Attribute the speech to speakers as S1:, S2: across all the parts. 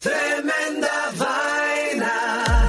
S1: Tremenda vaina.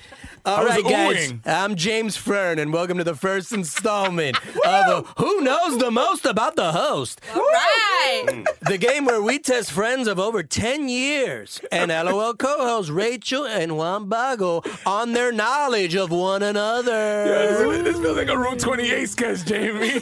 S2: All
S3: was
S2: right, guys.
S3: oohing.
S2: I'm James Fern, and welcome to the first installment of Who Knows the Most About the Host,
S4: right.
S2: the game where we test friends of over 10 years and LOL co hosts Rachel and Juan Bago on their knowledge of one another.
S3: This feels like a Room 28 sketch, Jamie.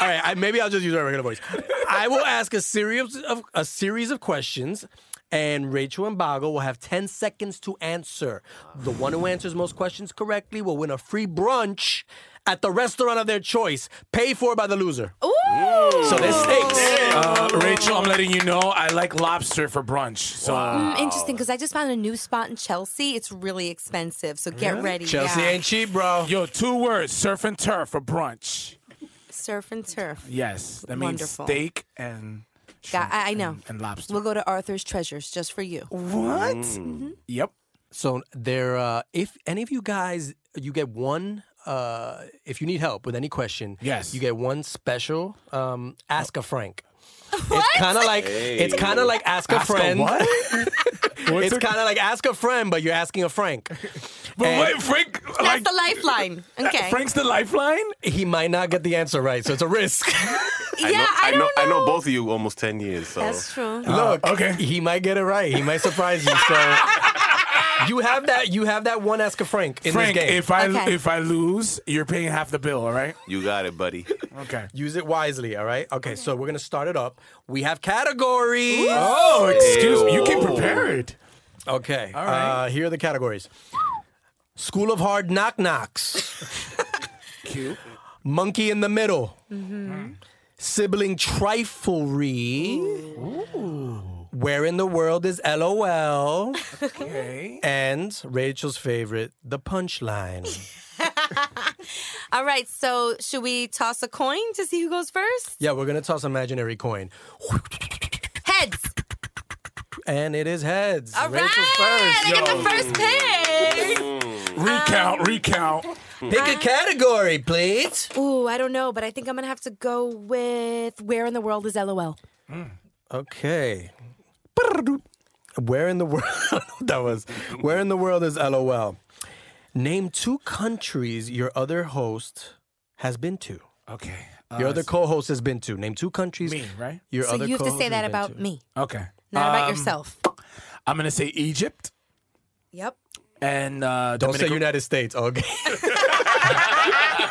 S2: All right, I, maybe I'll just use my regular voice. I will ask a series of a series of questions and Rachel and Bago will have 10 seconds to answer. The one who answers most questions correctly will win a free brunch at the restaurant of their choice, paid for by the loser. So there's
S4: Oh.
S2: stakes.
S3: Uh, Rachel, I'm letting you know I like lobster for brunch. So uh,
S4: Mm, interesting, because I just found a new spot in Chelsea. It's really expensive, so get ready.
S2: Chelsea
S4: yeah.
S2: ain't cheap, bro.
S3: yo, two words: surf and turf for brunch.
S4: Surf and turf.
S3: Yes, that
S4: Wonderful.
S3: means steak and
S4: Yeah, I, I know.
S3: and lobster.
S4: We'll go to Arthur's Treasures just for you. Mm.
S3: what?
S5: Mm-hmm.
S3: Yep.
S2: So there, uh, if any of you guys, you get one. Uh, if you need help with any question,
S3: Yes.
S2: you get one special. Um, ask a Frank. It's kind of like it's kind of like ask a
S3: Ask a
S2: friend.
S3: what?
S2: it's kind of like ask a friend, but you're asking a Frank.
S3: But
S2: And-
S3: wait, Frank.
S4: That's
S3: Like,
S4: the lifeline. Okay.
S3: Frank's the lifeline.
S2: He might not get the answer right, so it's a risk.
S4: yeah,
S5: I know, I, know,
S4: don't
S5: I know both of you almost 10 years, so.
S4: That's true.
S2: Look,
S3: Uh, okay.
S2: he might get it right. He might surprise you. So you have that. You have that one. Ask a Frank in
S3: Frank,
S2: this game.
S3: if I
S4: Okay.
S3: if I lose, you're paying half the bill. All right.
S5: You got it, buddy.
S3: Okay.
S2: Use it wisely. All right. Okay. So we're gonna start it up. We have categories.
S3: Oh, excuse me. You came
S5: Ew.
S3: prepared.
S2: Okay. All
S3: right.
S2: Uh, here are the categories School of Hard Knock Knocks.
S3: Cute.
S2: Monkey in the Middle. Sibling Triflery. Where in the World is LOL?
S3: Okay.
S2: And Rachel's favorite, The Punchline.
S4: All right, so should we toss a coin to see who goes first?
S2: yeah, we're going to toss imaginary coin.
S4: Heads.
S2: And it is heads.
S4: All right.
S2: Rachel
S4: I
S2: first.
S4: get the first pick.
S5: Mm.
S3: Recount. recount.
S4: Um,
S2: Pick a category, please.
S4: Ooh, I don't know, but I think I'm going to have to go with Where in the World is LOL?
S2: Okay. Where in the world that was? Where in the world is LOL? Name two countries your other host has been to.
S3: Okay.
S2: Your
S3: Uh,
S2: other co-host has been to. Name two countries.
S3: Me, right?
S2: Your
S4: So
S2: other
S4: you have to
S2: co-host
S4: say
S2: has
S4: that
S2: been
S4: about
S2: to.
S4: me,
S3: Okay.
S4: not
S3: Um,
S4: about yourself.
S3: I'm gonna say Egypt
S4: Yep.
S3: and uh,
S2: Don't
S3: Dominican-
S2: say United States. Okay.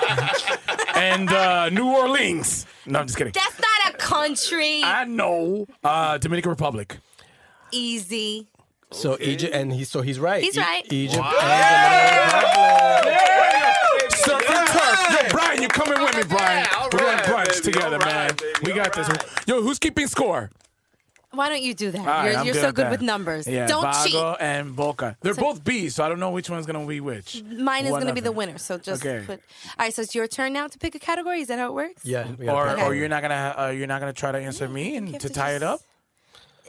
S3: and uh, New Orleans. No, I'm just kidding.
S4: That's not a country.
S3: I know. Uh, Dominican Republic.
S4: Easy.
S2: so Egypt, and he so he's right.
S4: He's
S2: E-
S4: right.
S2: Egypt. And the
S3: Surf and turf. Yo, Brian, you coming with me, Brian?
S5: all
S3: We're
S5: right,
S3: going brunch
S5: baby,
S3: together,
S5: all right,
S3: man.
S5: baby,
S3: we
S5: all
S3: got this.
S5: right.
S3: Yo, who's keeping score?
S4: Why don't you do that?
S3: All right,
S4: you're
S3: I'm
S4: you're so
S3: at
S4: good
S3: that.
S4: with numbers.
S3: Yeah,
S4: don't
S3: Vago
S4: cheat.
S3: and Boca. They're both B's, so I don't know which one's gonna be which.
S4: Mine is going to be the
S3: Whatever.
S4: winner, so just
S3: Okay.
S4: put. All right, so it's your turn now to pick a category. Is that how it works?
S2: Yeah. we gotta
S3: Or,
S2: pick
S3: or
S2: one.
S3: you're not gonna uh, you're not gonna try to answer me
S4: you
S3: and
S4: have
S3: to
S4: to
S3: tie it
S4: just-
S3: up.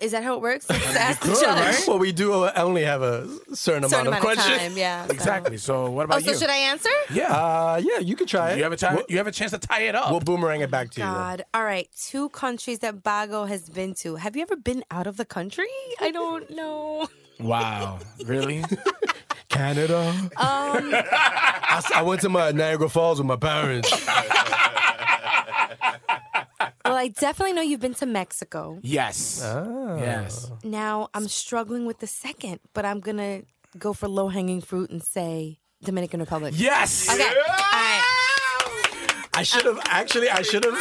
S4: Is that how it works? Just ask the
S3: could,
S4: judge.
S3: right?
S2: Well, we do only have a certain,
S4: Certain
S2: amount of
S4: amount of
S2: questions.
S4: time, yeah. so-
S3: Exactly. So what about
S4: Oh, so
S3: you?
S4: should I answer?
S3: yeah.
S2: Uh, yeah, you could try it.
S3: you have a time.
S2: We'll,
S3: you have a chance to tie it up.
S2: we'll boomerang it back to you. then.
S4: God. All right. Two countries that Bago has been to. Have you ever been out of the country? I don't know.
S3: wow. Really?
S2: Canada.
S4: Um,
S2: I, s- I went to my Niagara Falls with my parents.
S4: well, I definitely know you've been to Mexico.
S3: yes.
S2: Ah.
S3: Yes.
S4: Now I'm struggling with the second, but I'm going to go for low hanging fruit and say Dominican Republic.
S3: Yes.
S4: Okay. All right.
S2: I should have actually. I should have.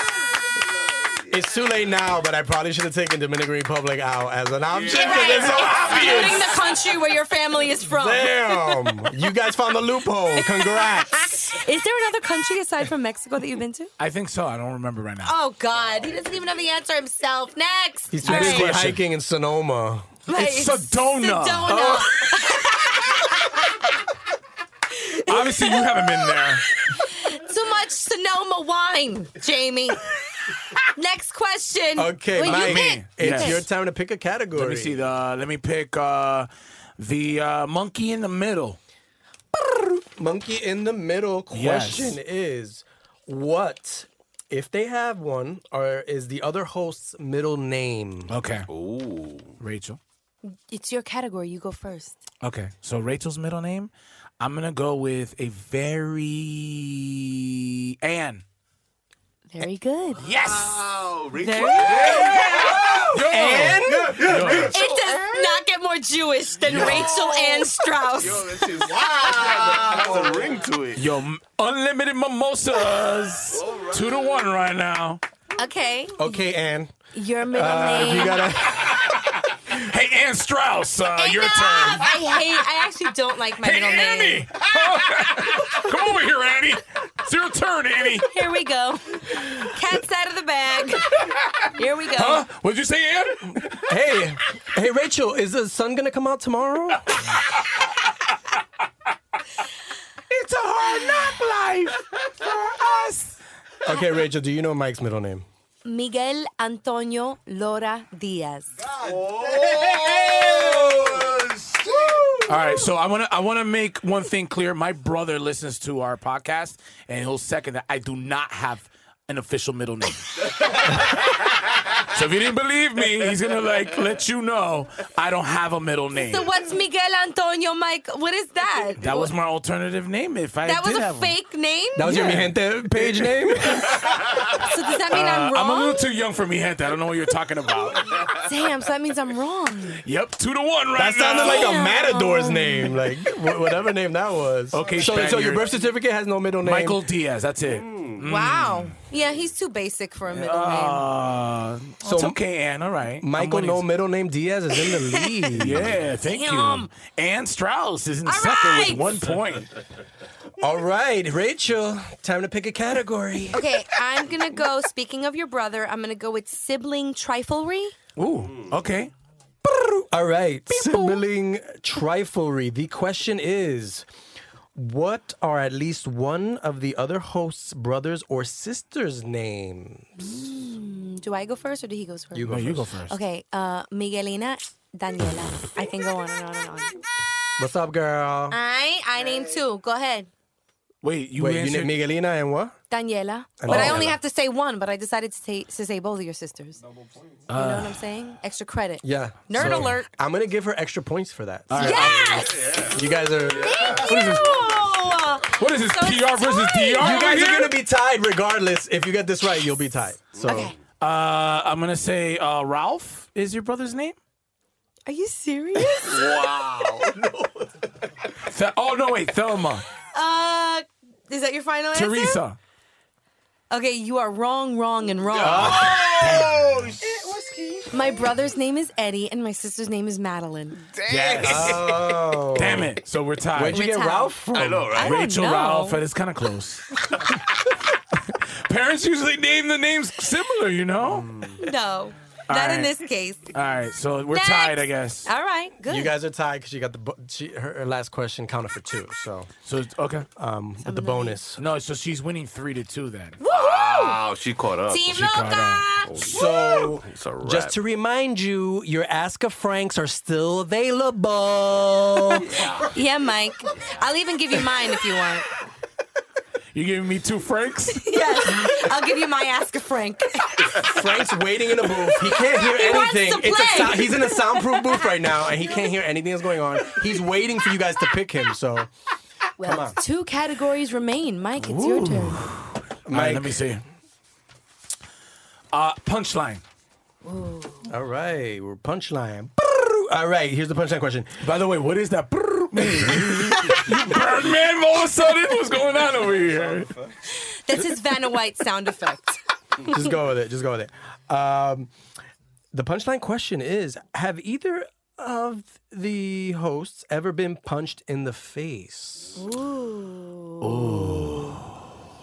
S2: It's too late now, but I probably should have taken Dominican Republic out as an option. 'cause
S4: Right.
S2: It's so
S4: Excluding
S2: obvious.
S4: the country where your family is from.
S2: Damn! You guys found the loophole. Congrats.
S4: Is there another country aside from Mexico that you've been to?
S3: I think so. I don't remember right now.
S4: Oh God, he doesn't even have the answer himself. Next,
S2: He's too
S4: All
S2: busy
S4: right.
S3: question.
S2: hiking in Sonoma.
S3: It's
S4: Right,
S3: Sedona.
S2: Oh.
S3: Oh,
S4: Sedona.
S3: Obviously, you haven't been there.
S4: Too much Sonoma wine, Jamie. Next question.
S2: Okay,
S4: Wait,
S2: Mike,
S4: you pick.
S2: it's
S3: Yes.
S2: your time to pick a category.
S3: Let me see. The let me pick uh, the uh, monkey in the middle.
S2: Monkey in the middle question is what if they have one or is the other host's middle name?
S3: Okay. Ooh. Rachel.
S4: It's your category. You go first.
S3: Okay. So Rachel's middle name. I'm gonna go with a very Anne.
S4: Very good.
S3: Yes.
S5: Oh, Rachel.
S3: Anne.
S4: It does not get more Jewish than Rachel Ann Strauss.
S5: this is wow. That's a ring to it.
S3: Yo, m- unlimited mimosas. Two to one right now.
S4: Okay,
S2: Okay, Anne.
S4: your middle
S2: Uh,
S4: name.
S2: you gotta
S3: Hey, Anne, Ann Strauss, uh, your turn.
S4: I hate. I actually don't like my
S3: Hey,
S4: middle name.
S3: Annie! Come over here, Annie. It's your turn, Annie.
S4: Here we go. Cat's out of the bag. Here we go.
S3: Huh? What'd you say, Ann?
S2: Hey, hey, Rachel, is the sun gonna come out tomorrow?
S3: It's a hard knock life for us.
S2: Okay, Rachel, do you know Mike's middle name?
S4: Miguel Antonio Lora Diaz.
S3: All right, so I want to I want to make one thing clear. My brother listens to our podcast, and he'll second that I do not have an official middle name. so if you didn't believe me, he's gonna like let you know I don't have a middle name.
S4: So what's Miguel Antonio Mike? What is that?
S3: That was my alternative name. If I
S4: That
S3: did
S4: was a
S3: have one.
S4: fake name.
S3: Yeah.
S2: page name?
S4: So does that mean I'm
S3: Uh, I'm a
S4: wrong?
S3: little too young for me, Hente. I don't know what you're talking about.
S2: uh,
S4: Damn. So that means I'm wrong.
S2: hmm.
S3: yep, two to one right
S2: That sounded
S3: now.
S2: like a matador's name, like wh- whatever name that was.
S3: Okay,
S2: so, so your
S3: Spaniard.
S2: birth certificate has no middle name.
S3: Michael Diaz. That's it.
S4: Hmm.
S3: Mm.
S4: Wow. Yeah, he's too basic for a middle
S3: Uh, so it's okay, Ann. All right.
S2: Michael, no middle name Diaz is in the lead.
S3: Yeah, thank
S2: Damn.
S3: you. Ann Strauss is in
S2: All
S3: second
S2: right.
S3: with one point.
S2: All right, Rachel, time to pick a category.
S4: name. Okay, I'm gonna go. Speaking of your brother, I'm gonna go with sibling triflery.
S3: Ooh, okay.
S2: All right, sibling triflery. The question is what are at least one of the other host's brothers or sisters' names?
S4: Mm, Do I go first or do he go first?
S2: You go No, you first. go first.
S4: Okay, uh, Miguelina, Daniela. I can go on and on and on.
S2: What's up, girl?
S4: I I name two. Go ahead,
S3: Wait, you
S2: Wait,
S3: answered-
S2: you named Miguelina and what?
S4: Daniela.
S2: And
S4: But I
S2: Daniela.
S4: only have to say one. But I decided to say, to say both of your sisters. You know what I'm saying? Extra credit.
S2: Uh. Yeah.
S4: Nerd
S2: so
S4: alert.
S2: I'm gonna give her extra points for that.
S4: Yes.
S2: You guys are.
S4: What is this?
S3: What is this? PR versus DR?
S2: You
S3: right
S2: guys
S3: here?
S2: are gonna be tied regardless. If you get this right, you'll be tied. So
S3: Uh, I'm gonna say uh, Ralph is your brother's name.
S4: Are you serious?
S3: Wow. Th- oh no, wait, Thelma,
S4: Uh, is that your final answer?
S3: Teresa.
S4: Okay, you are wrong, wrong, and wrong.
S3: Oh,
S4: My brother's name is Eddie, and my sister's name is Madeline.
S3: Yes.
S2: Oh.
S3: Damn it. So we're tied.
S2: Where'd you
S4: We're
S2: get
S4: tied.
S2: Ralph from?
S4: I know, right? I don't
S3: Rachel
S4: know.
S3: Ralph, and it's kind of close. Parents usually name the names similar, you know?
S4: No,
S3: All
S4: not in
S3: right.
S4: this case.
S3: All right, so we're
S4: Next.
S3: tied, I guess.
S4: All right, good.
S2: You guys are tied because she got the bo- she, her, her last question counted for two. So
S3: so okay.
S2: Um, with the bonus.
S3: No, so she's winning three to two then.
S5: Wow, she caught up.
S4: Team
S5: She caught
S4: Loca!
S5: up.
S2: So
S5: It's a wrap.
S2: just to remind you, your Ask a Franks are still available.
S4: Yeah, Mike. I'll even give you mine if you want.
S3: You giving me two francs?
S4: Yes, I'll give you my ask a Frank.
S2: Frank's waiting in a booth. He can't hear
S4: He wants
S2: anything.
S4: to
S2: It's a
S4: play.
S2: sou- he's in a soundproof booth right now, and he can't hear anything that's going on. He's waiting for you guys to pick him. So Come
S4: Well,
S2: on.
S4: two categories remain. Mike, it's your turn.
S3: All right, let me see. Uh, punchline.
S2: All right, we're punchline. All right, here's the punchline question.
S3: By the way, what is that? Birdman, all of a sudden, what's going on over here?
S4: That's his Vanna White sound effect.
S2: Just go with it. Just go with it. Um, the punchline question is: Have either of the hosts ever been punched in the face?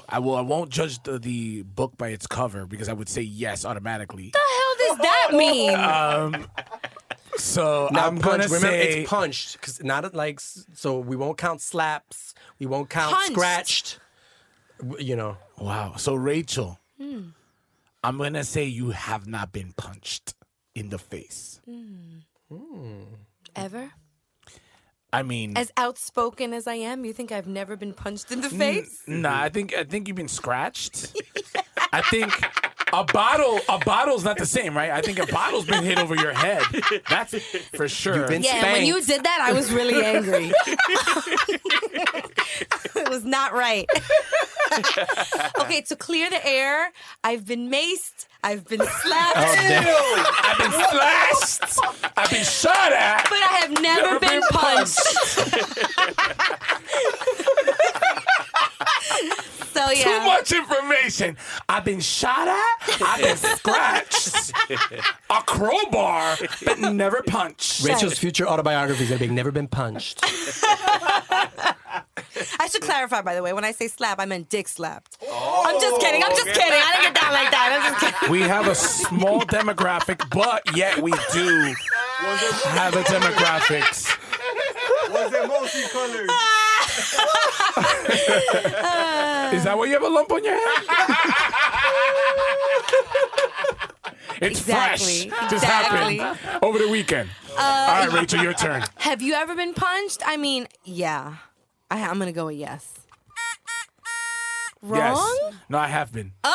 S3: I will. I won't judge the, the book by its cover because I would say yes automatically.
S4: What the hell does that mean?
S3: Um, so
S2: Now,
S3: I'm
S2: punch.
S3: gonna
S2: Remember,
S3: say
S2: it's punched because not like s- so. We won't count slaps. We won't count
S4: Punched.
S2: scratched. W- You know,
S3: Wow. So Rachel,
S4: Hmm.
S3: I'm gonna say you have not been punched in the face.
S4: Hmm.
S2: Hmm.
S4: Ever?
S3: I mean,
S4: As outspoken as I am, you think I've never been punched in the
S3: Mm.
S4: face?
S3: nah. I think I think you've been scratched. I think a bottle a bottle's not the same, right? I think a bottle's been hit over your head. That's for sure.
S2: been
S4: Yeah, and when you did that, I was really angry. it was not right. okay, to clear the air, I've been maced, I've been slapped,
S3: Oh, I've been slashed. I've been shot at.
S4: but I have never, been, punched. so yeah,
S3: Too much much information. I've been shot at. I've been scratched. a crowbar, but never punched.
S6: Rachel's future autobiography is going to be Never Been Punched.
S4: I should clarify, by the way, when I say slap, I meant dick slapped. I'm just kidding. I'm just kidding. I didn't get down like that. I'm just kidding.
S3: We have a small demographic, but yet we do have a demographics.
S7: Was it multicolored?
S3: Is that why you have a lump on your head? it's
S4: Exactly.
S3: fresh. Just
S4: Exactly.
S3: happened over the weekend.
S4: Uh,
S3: All right, Rachel, your turn.
S4: Have you ever been punched? I mean, yeah. I, I'm going to go with yes. Wrong?
S3: Yes. No, I have been.
S4: Ah!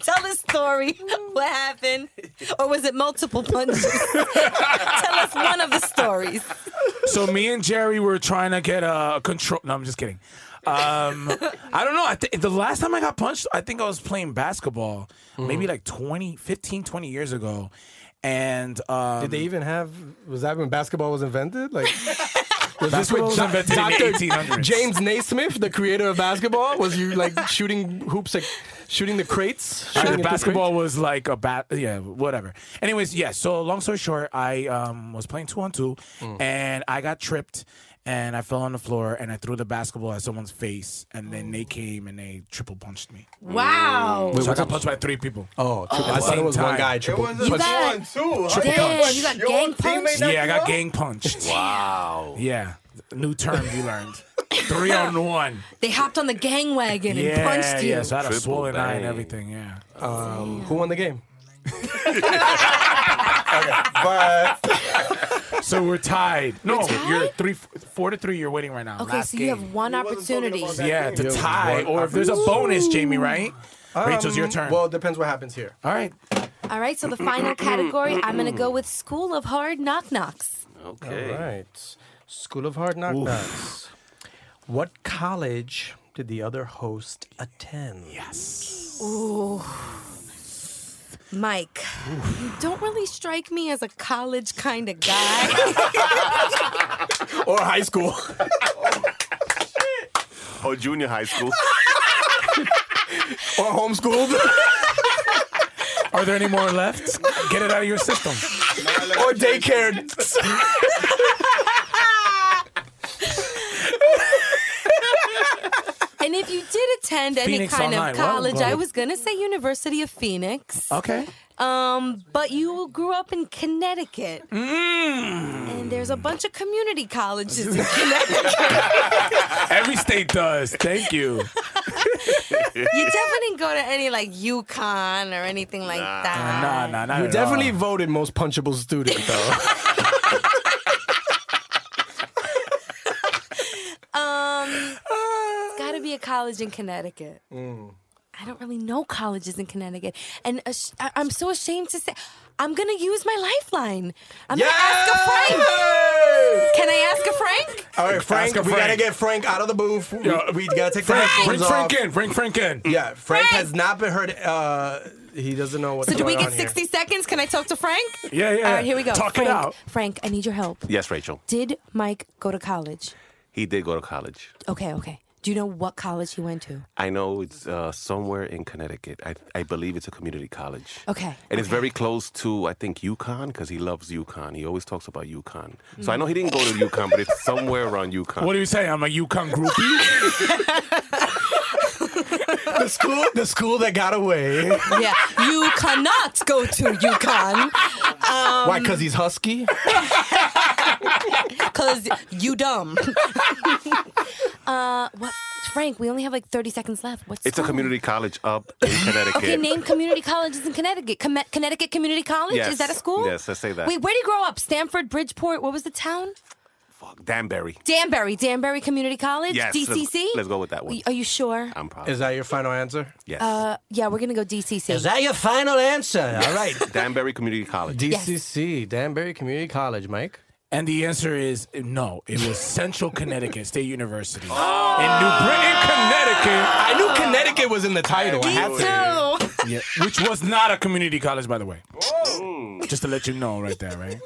S4: Tell the story. What happened? Or was it multiple punches? Tell us one of the stories.
S3: So me and Jerry were trying to get a control. No, I'm just kidding. Um, I don't know. I th- the last time I got punched, I think I was playing basketball, maybe like 20, 15, 20 years ago. And um,
S2: Did they even have? Was that when basketball was invented? Like, was
S3: Basketball was
S2: Doc-
S3: invented in the
S2: Dr.
S3: 1800s?
S2: James Naismith, the creator of basketball, was you like shooting hoops, like shooting the crates?
S3: Alright,
S2: Shooting into
S3: basketball was like a bat. Yeah, whatever. Anyways, yeah. So long story short, I um, was playing two on two,
S2: Mm.
S3: and I got tripped, and I fell on the floor, and I threw the basketball at someone's face, and then
S2: Oh.
S3: they came and they triple punched me.
S4: Wow.
S3: so I got punched by three people.
S2: Oh,
S3: triple.
S2: I thought it was one guy triple
S3: It
S2: It was
S3: was
S4: You got,
S3: Triple
S4: damn,
S3: punch.
S4: you got
S3: Your
S4: gang punched?
S3: yeah, I got gang punched. Wow. Yeah, new term you learned. Three on one.
S4: They hopped on the gang wagon
S3: yeah,
S4: and punched you.
S3: yeah. So I had a swollen eye and everything. Yeah.
S2: Um, who won the game?
S3: so we're tied. No, you're three, four to three. You're winning right now.
S4: Okay,
S3: Last
S4: so
S3: game.
S4: you have one opportunity.
S3: yeah, to
S2: Yeah,
S3: tie,
S2: one
S3: or if there's a bonus, Jamie, right? Rachel's your
S2: Um,
S3: turn.
S2: Well, it depends what happens here.
S3: All right.
S4: All right, so the final category, I'm going to go with School of Hard Knock Knocks.
S2: All right. School of Hard Knock Knocks. What college did the other host attend? Yes.
S4: Ooh. Mike, you don't really strike me as a college kind of guy.
S2: Or high school.
S5: Oh, junior high school.
S2: or homeschooled.
S3: Are there any more left? Get it out of your system.
S2: or daycare.
S4: and if you did attend any
S3: Phoenix
S4: kind
S3: Online.
S4: of
S3: Well,
S4: college,
S3: well.
S4: I was going to say University of Phoenix.
S3: Okay.
S4: Um, but you grew up in Connecticut.
S3: Mm.
S4: And there's a bunch of community colleges in Connecticut.
S3: Every state does. Thank you.
S4: you definitely didn't go to any like UConn or anything like that.
S3: Nah, nah, not
S2: you
S3: at
S2: definitely voted most punchable student, though.
S4: Um,
S3: Ah.
S4: it's got to be a college in Connecticut.
S8: Mm.
S4: I don't really know colleges in Connecticut, and ash- I- I'm so ashamed to say. I'm gonna use my lifeline. I'm gonna ask a Frank. Can I ask a Frank?
S2: All right, Frank,
S3: Ask a
S2: we gotta
S3: Frank.
S2: get Frank out of the booth. We,
S3: Yo,
S2: we gotta take
S3: Frank,
S2: the
S3: bring
S2: headphones
S3: Frank
S2: off.
S3: in. Bring Frank in.
S2: Yeah, Frank, has not been heard. Uh, he doesn't know what's
S4: So do we
S2: going
S4: get
S2: on here.
S4: 60 seconds? Can I talk to Frank?
S2: Yeah, yeah,
S4: All
S2: yeah.
S4: right, here we go.
S2: Talk it
S4: Frank,
S2: out.
S4: Frank, I need your help.
S5: yes, Rachel.
S4: Did Mike go to college?
S5: He did go to college.
S4: Okay, okay. Do you know what college he went to?
S5: I know it's uh, somewhere in Connecticut. I, I believe it's a community college.
S4: Okay.
S5: And it's very close to, I think, UConn, because he loves UConn. He always talks about UConn.
S4: Mm.
S5: So I know he didn't go to UConn, but it's somewhere around UConn.
S3: What do you say? I'm a Yukon groupie.
S2: the school, the school that got away.
S4: yeah, you cannot go to UConn. Um,
S2: Why? Because he's husky.
S4: Cause you dumb. uh, what, Frank? We only have like thirty seconds left. What's
S5: It's a community college up in Connecticut.
S4: Okay, name community colleges in Connecticut. Com- Connecticut Community College.
S5: Yes.
S4: Is that a school?
S5: Yes, let's say that.
S4: Wait, where did you grow up? Stanford, Bridgeport. What was the town?
S5: Danbury.
S4: Danbury. Danbury Community College.
S5: Yes, let's-
S4: DCC.
S5: let's go with that one.
S4: Are you sure?
S5: I'm probably.
S2: Is that your final answer?
S5: Yes.
S4: Uh, yeah, we're gonna go DCC.
S2: Is that your final answer? All right.
S5: Danbury Community College.
S2: DCC, Danbury Community College, Mike.
S3: And the answer is no. It was Central Connecticut State University in New Britain, Connecticut.
S2: Oh. I knew Connecticut was in the title. I had to.
S3: Yeah, which was not a community college, by the way. Just to let you know, right there, right?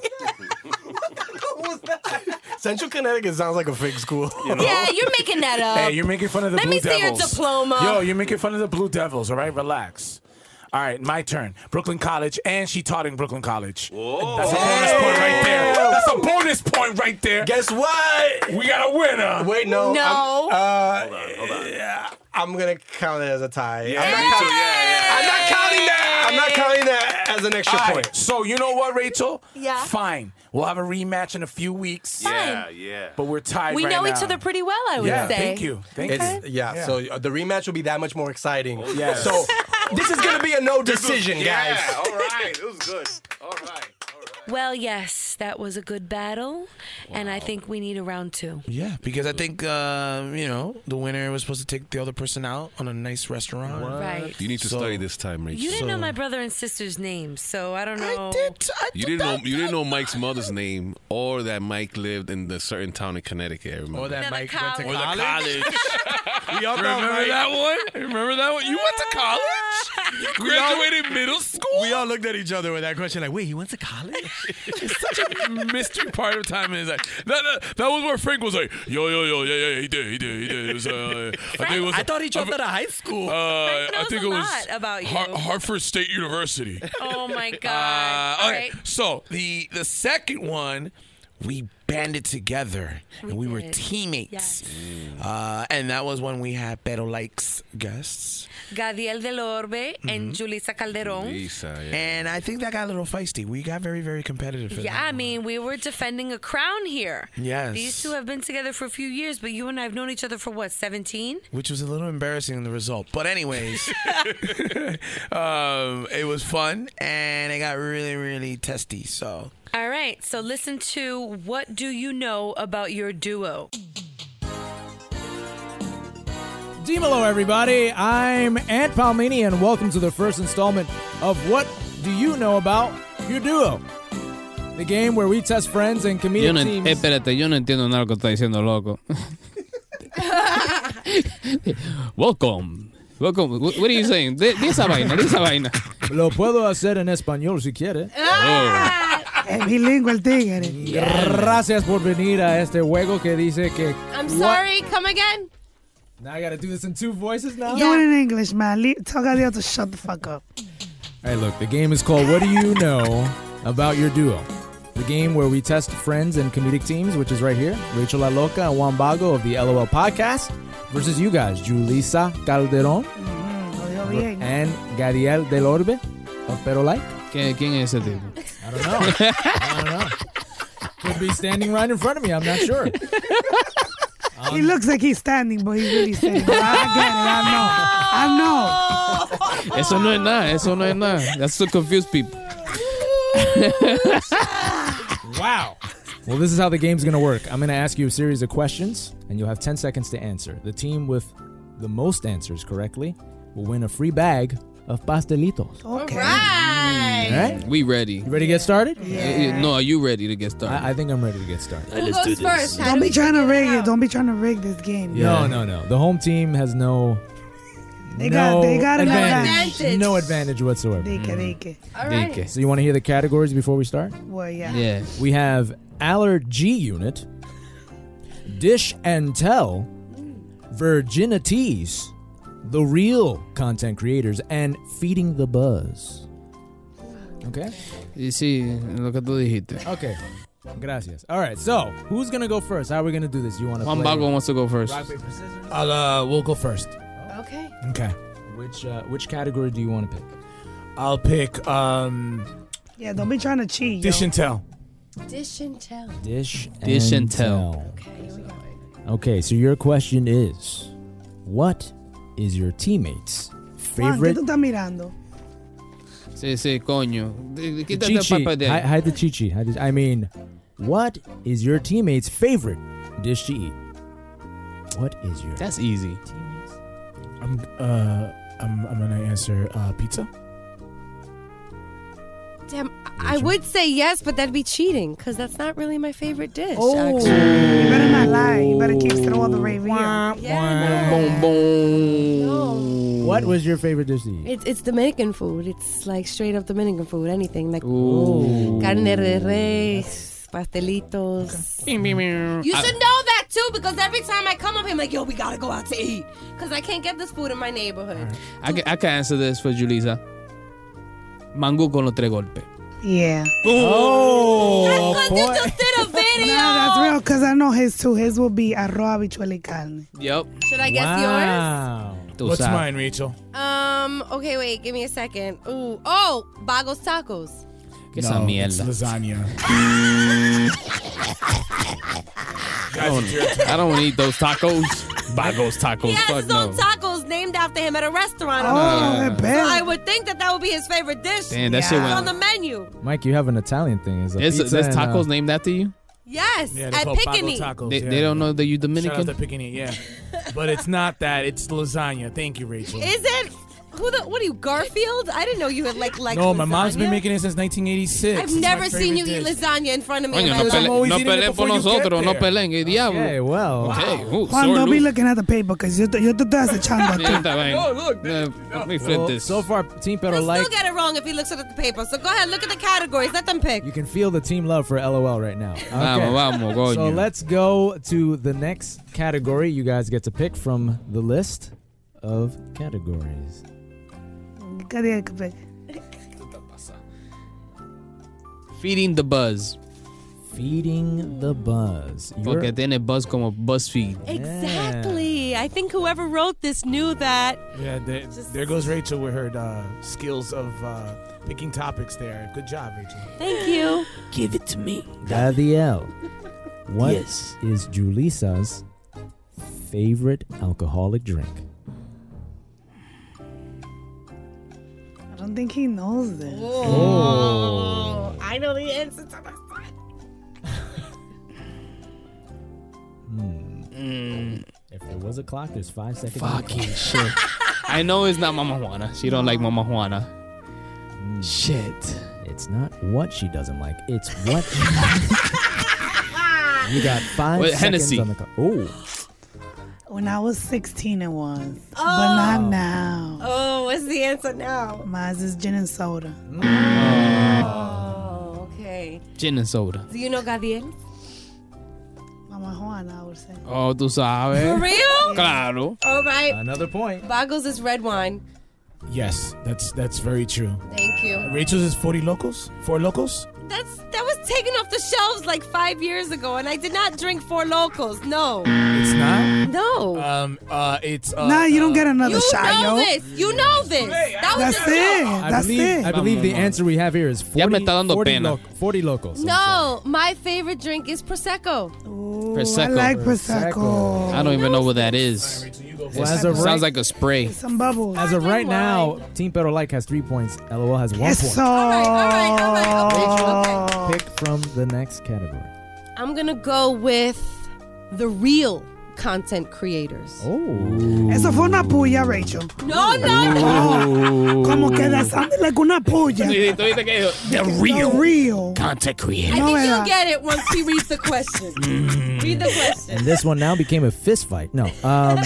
S9: Central Connecticut sounds like a fake school.
S10: You know?
S11: Yeah, you're making that up.
S10: Hey, you're making fun of the
S11: Let
S10: Blue
S11: me see your
S10: Devils.
S11: diploma.
S10: Yo, you're making fun of the Blue Devils, all right? Relax. All right, my turn. Brooklyn College, and she taught in Brooklyn College. That's a bonus point right there. That's a bonus point right there.
S9: Guess what?
S10: We got a winner.
S9: Wait, no. I'm-
S10: No.
S9: uh, yeah, I'm gonna count it as a tie. I'm, not count- I'm not counting that. I'm not counting that as an extra
S10: All right,
S9: point.
S10: So you know what, Rachel?
S11: Yeah.
S10: Fine. We'll have a rematch in a few weeks.
S11: Yeah, Fine.
S5: yeah.
S10: But we're tied.
S11: we
S10: right
S11: know
S10: now.
S11: each other pretty well, I would
S10: Yeah,
S11: say.
S10: thank you. Thank
S9: It's-
S10: you.
S9: Yeah,
S10: Yeah.
S9: So uh, the rematch will be that much more exciting.
S2: Oh,
S10: yes.
S9: So this is gonna be a no decision, guys.
S5: all right. It was good. All right.
S4: Well, yes, that was a good battle, and I think we need a round two.
S3: Yeah, because I think uh, you know the winner was supposed to take the other person out on a nice restaurant.
S4: Right.
S12: You need to study this time, Rachel.
S4: You didn't know my brother and sister's names, so I don't know. I did.
S12: You didn't know. You didn't know Mike's mother's name, or that Mike lived in the certain town in Connecticut. I remember.
S2: Or that Mike went to
S12: Or the
S2: college.
S12: college.
S2: We all thought
S12: Remember
S2: Mike-
S12: that one? Remember that one? You went to college? You
S2: We all-
S12: graduated middle school?
S2: We all looked at each other with that question, like, "Wait, he went to college?"
S12: It's such a mystery part of time in his life. That, that, that was where Frank was like, yo, yo, yo, yeah, yeah, he did, he did, he did. It was, uh, I, think it was,
S2: I thought he dropped out of high school.
S12: Uh, I
S4: knows
S12: think
S4: a
S12: it was
S4: lot about you.
S12: Har- Hartford State University.
S4: Oh my
S3: Uh,
S4: god!
S3: okay.
S4: All right.
S3: So the the second one, we banded together and we were
S4: did.
S3: teammates. Uh, and that was when we had Pero Likes guests.
S4: Gadiel Del Orbe and
S3: Mhm.
S4: Mm-hmm. Julissa Calderon.
S3: And I think that got a little feisty. We got very, very competitive. For
S4: Yeah, I mean, we were defending a crown here.
S3: Yes.
S4: These two have been together for a few years, but you and I have known each other for what, 17?
S3: which was a little embarrassing in the result. But anyways, um, it was fun and it got really, really testy. So
S4: All right, so listen to What Do You Know About Your Duo?
S8: Hello, everybody. I'm Ant Palmini, and welcome to the first installment of What Do You Know About Your Duo? The game where we test friends and comedic
S13: Yo no, en-
S8: teams.
S13: eh, espérate, yo no entiendo nada de lo que está diciendo, loco. Welcome. Welcome. Wh- What are you saying? De, de esa vaina, de esa vaina.
S8: Lo puedo hacer en español si quiere.
S14: Es bilingüe el tigre.
S8: Gracias por venir a este juego que dice que.
S14: I'm
S8: sorry,
S14: come again.
S8: Now I gotta do this in two voices now?
S14: Do it in English, man. Le- tell Gadiel to shut the fuck up.
S8: Hey, look, the game is called What Do You Know About Your Duo? The game where we test friends and comedic teams, which is right here. Rachel Aloca and Juan Bago of the LOL podcast versus you guys, Julissa
S14: Lo
S8: Calderon
S14: digo bien.
S8: and Gadiel Del Orbe of Pero Like.
S13: ¿Quién, quién es ese tipo?
S8: I don't know. I don't know. Could be standing right in front of me. I'm not sure.
S14: he looks like he's standing, but he's really standing. I get it. I know. I know.
S13: Eso no es nada, eso no es nada. That's to confuse people.
S8: wow. Well, this is how the game's going to work. I'm going to ask you a series of questions, and you'll have 10 seconds to answer. The team with the most answers correctly will win a free bag of pastelitos.
S14: Okay.
S8: All right?
S13: We ready. You
S8: ready to get started?
S13: Yeah. No, are you ready to get started?
S8: I, I think I'm ready to get started.
S13: Who Let's do goes this. first? How
S14: Don't
S13: do
S14: be
S13: we
S14: trying to rig it. Don't be trying to rig this game.
S8: No, no, no. The home team has no.
S14: They
S8: no
S14: got- they got an
S8: advantage.
S14: advantage.
S8: No advantage whatsoever.
S14: Deke,
S13: Mm.
S14: deke.
S8: Deke. So you want to hear the categories before we start?
S14: Well, yeah.
S8: We have allergy unit, dish and tell, virginities, the real content creators, and feeding the buzz. Okay.
S13: Y sí, lo que tú dijiste.
S8: Okay. Gracias. All right. So who's gonna go first? How are we gonna do this? You want to?
S13: Juan Bago wants to go first.
S8: Rock, paper, scissors. I'll, uh, we'll go first.
S11: Okay.
S8: Okay. Which uh, which category do you want to pick?
S10: I'll pick um,
S14: Yeah, don't be trying to cheat.
S10: Dish
S14: yo.
S10: and Tell.
S11: Dish and tell.
S8: Dish
S13: Dish and
S8: Okay, so your question is, what is your teammate's
S14: Juan, ¿qué
S8: favorite
S14: tú estás mirando?
S13: Sí, sí, coño. De- Quítate el
S8: Chichi.
S13: papa de
S8: Hi-
S13: ahí.
S8: hide the chichi. Hide the- I mean, what is your teammate's favorite dish to eat? What is your?
S13: That's easy.
S10: I'm uh, I'm, I'm gonna answer uh, pizza.
S11: Damn, I I would say yes, but that'd be cheating because that's not really my favorite dish.
S14: Oh.
S11: actually.
S14: You better not lie. You better keep still all the way real.
S13: Boom, boom.
S8: What was your favorite dish to eat?
S11: It's it's Dominican food. It's like straight up Dominican food. Anything like
S8: Ooh.
S11: carne de res,
S14: pastelitos.
S11: You should know that too, because every time I come up here, I'm like, yo, we gotta go out to eat. Because I can't get this food in my neighborhood.
S13: I can, I can answer this for Julisa. Mango con los tres golpes.
S14: Yeah.
S13: Oh, boy.
S14: did a video.
S13: video.
S14: that's real because I know his too. His will be arroz, habichuela y carne.
S13: Yep.
S11: Should I guess
S13: Tú
S3: What's
S13: sabes.
S3: mine, Rachel?
S11: yours? Um, okay, wait, give me a second. Ooh, oh, Bagos Tacos.
S13: ¿Qué esa mierda?
S3: It's lasagna.
S13: I don't, I don't eat those tacos. Bagos tacos.
S11: He has
S13: Fuck
S11: his own
S13: no.
S11: tacos named after him at a restaurant.
S13: Oh,
S11: over
S13: I
S11: here.
S13: bet.
S11: So I would think that that would be his favorite dish.
S13: Damn, that shit
S11: It's
S13: went-
S11: on the menu.
S8: Mike, you have an Italian thing. Is
S13: There's, there's tacos
S8: name.
S13: named after you?
S11: Yes,
S3: uh, Yeah, they
S11: at
S3: call Pago
S11: Picnic.
S3: Tacos.
S13: They-
S3: yeah.
S13: they don't know that you
S3: Shout
S13: Dominican?
S3: out to Picnic, yeah. but it's not that. It's lasagna. Thank you, Rachel.
S11: Is it? Who the? What are you, Garfield? I didn't know you had like like.
S3: no, my mom's
S11: lasagna.
S3: been making it since 1986.
S11: I've
S3: It's my
S11: never seen you
S3: favorite
S11: eat
S3: dish.
S11: lasagna in front of me.
S13: Coño,
S11: in my
S13: no,
S11: life.
S13: pele, no
S3: eating it
S13: peleen por
S3: before you get
S13: nosotros, no
S3: there.
S13: peleen, que diablo.
S8: Okay, well.
S13: Okay, uh,
S14: Juan,
S13: sore
S14: don't be
S13: loser.
S14: looking at the paper because yo te, yo te estoy acechando a
S13: Yeah,
S14: ti.
S13: that ain't- Yeah, Let me flip
S8: Well,
S13: this.
S8: So far, Team Pero
S11: He'll
S8: Like,
S11: still get it wrong if he looks at the paper. So go ahead, look at the categories. Let them pick.
S8: you can feel the team love for LOL right now. Okay.
S13: Vamos, vamos, coño.
S8: So let's go to the next category you guys get to pick from the list of categories.
S14: ¿Qué día que pe-
S13: Feeding the buzz.
S8: Feeding the buzz. You're-
S13: Porque tiene buzz como BuzzFeed.
S11: Exactly. I think whoever wrote this knew that.
S3: Yeah, there, there goes Rachel with her uh, skills of uh, picking topics there. Good job, Rachel.
S11: Thank you.
S13: Give it to me.
S8: Dadiel, what is
S13: Yes.
S8: Julisa's favorite alcoholic drink?
S14: I don't think he knows this.
S8: Oh.
S11: I know the answer to my
S8: If there was a clock, there's five seconds.
S13: Mm. Fucking shit. I know it's not Mama Juana. She don't like Mama Juana. Shit.
S8: Mm. It's not what she doesn't like. It's what. you got five
S13: Well,
S8: seconds
S13: Hennessy.
S8: on the clock. Oh,
S14: When I was 16, it was.
S11: Oh.
S14: But not now.
S11: Oh, what's the answer now?
S14: Mine is gin and soda.
S11: Oh, okay.
S13: Gin and soda.
S11: Do you know Gabriel?
S14: Mama Juana, I would say.
S13: Oh, tú sabes.
S11: For real?
S13: Claro.
S11: All right.
S8: Another point.
S11: Boggles is red wine.
S3: Yes, that's that's very true.
S11: Thank you.
S3: Rachel's is 40 locals? Four locals?
S11: That's that was taken off the shelves like five years ago, and I did not drink four locals. No.
S3: It's not?
S11: No.
S3: Um, uh, it's. Uh,
S14: nah, you don't get another
S11: you
S14: shot,
S11: know
S14: yo.
S11: this. You know this. That was
S14: That's
S11: a
S14: it.
S11: joke.
S8: I
S14: That's
S8: believe,
S14: it.
S8: I believe the
S14: Vamos, vamos.
S8: answer we have here is 40,
S13: Ya me está dando
S8: 40
S13: pena.
S8: loc- 40 locals.
S11: No, my favorite drink is prosecco.
S13: Prosecco.
S14: like Prosecco.
S13: I don't even know what that is.
S8: Well, as
S13: It
S8: of right-
S13: sounds like a spray.
S14: Some bubbles.
S8: As of right now, Team Pero Like has three points. LOL has one
S14: Yes, so.
S8: point.
S11: right,
S8: Pick from the next category.
S11: I'm gonna go with the real content creators.
S8: Oh.
S14: Eso fue una puya, Rachel.
S11: No, no, no.
S14: Oh, como que that sounded like una puya.
S13: The
S14: real real.
S13: content
S11: I
S13: creator.
S11: think
S14: No,
S11: you'll
S14: era.
S11: get it once he reads the question. Read the question.
S8: And this one now became a fist fight. No. Um,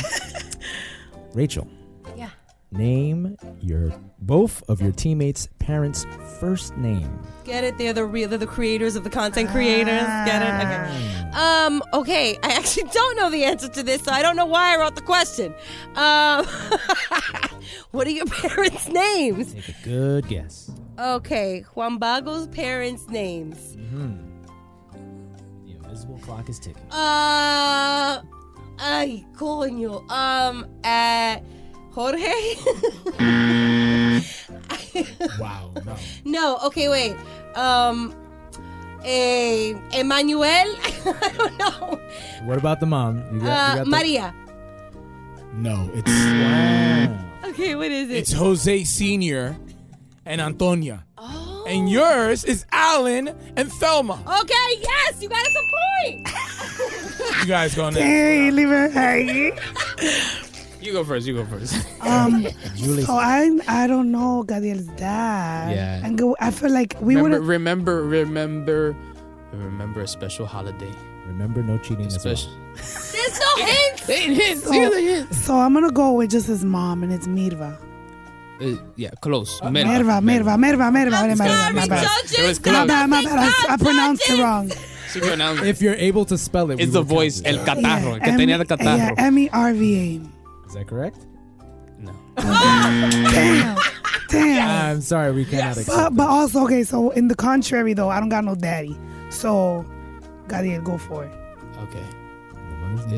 S8: Rachel.
S11: Yeah.
S8: Name your both of your teammates' parents' first name.
S11: Get it? They're the real, they're the creators of the content creators. Get it? Okay. Um. Okay. I actually don't know the answer to this, so I don't know why I wrote the question. Um. what are your parents' names?
S8: Take a good guess.
S11: Okay, Juan Bago's parents' names.
S8: Mm-hmm. The invisible clock is ticking.
S11: Uh, ay, coño. Um, uh, Jorge.
S3: wow. No.
S11: No. Okay, wait. Um, eh, Emmanuel. I don't know.
S8: What about the mom? You
S11: Uh,
S8: you
S11: Maria.
S3: No, it's. Wow.
S11: Okay, what is it?
S3: It's Jose Sr. and Antonia. Oh. And yours is Alan and Thelma.
S11: Okay, yes, you got us a point.
S3: You guys going there.
S14: Hey, leave it hanging.
S13: You go first. You go first.
S14: Um,
S8: Julie.
S14: so I I don't know Gadiel's dad.
S13: Yeah.
S14: And go, I feel like we would
S13: remember,
S14: have.
S13: remember, remember, remember a special holiday.
S8: Remember, no cheating as well.
S13: Special.
S11: There's no hints.
S14: So, so I'm gonna go with just his mom and it's Mirva.
S13: Uh, yeah, close.
S14: Merva, Merva, Merva, Merva, Merva.
S11: Sorry,
S14: My bad.
S11: judges.
S13: It was
S14: My
S13: close.
S14: bad, my bad. I, I pronounced it wrong.
S13: She pronounced
S8: If you're able to spell it,
S13: It's the voice, el catarro, el que tenía el
S14: Yeah,
S13: catarro.
S14: M E R V
S8: Is that correct?
S14: A. Damn. Damn.
S8: Ah, I'm sorry, we cannot
S14: But,
S8: accept.
S14: but also, okay, so in the contrary, though, I don't got no daddy. So, Gadiel, go for it.
S13: Okay. Is,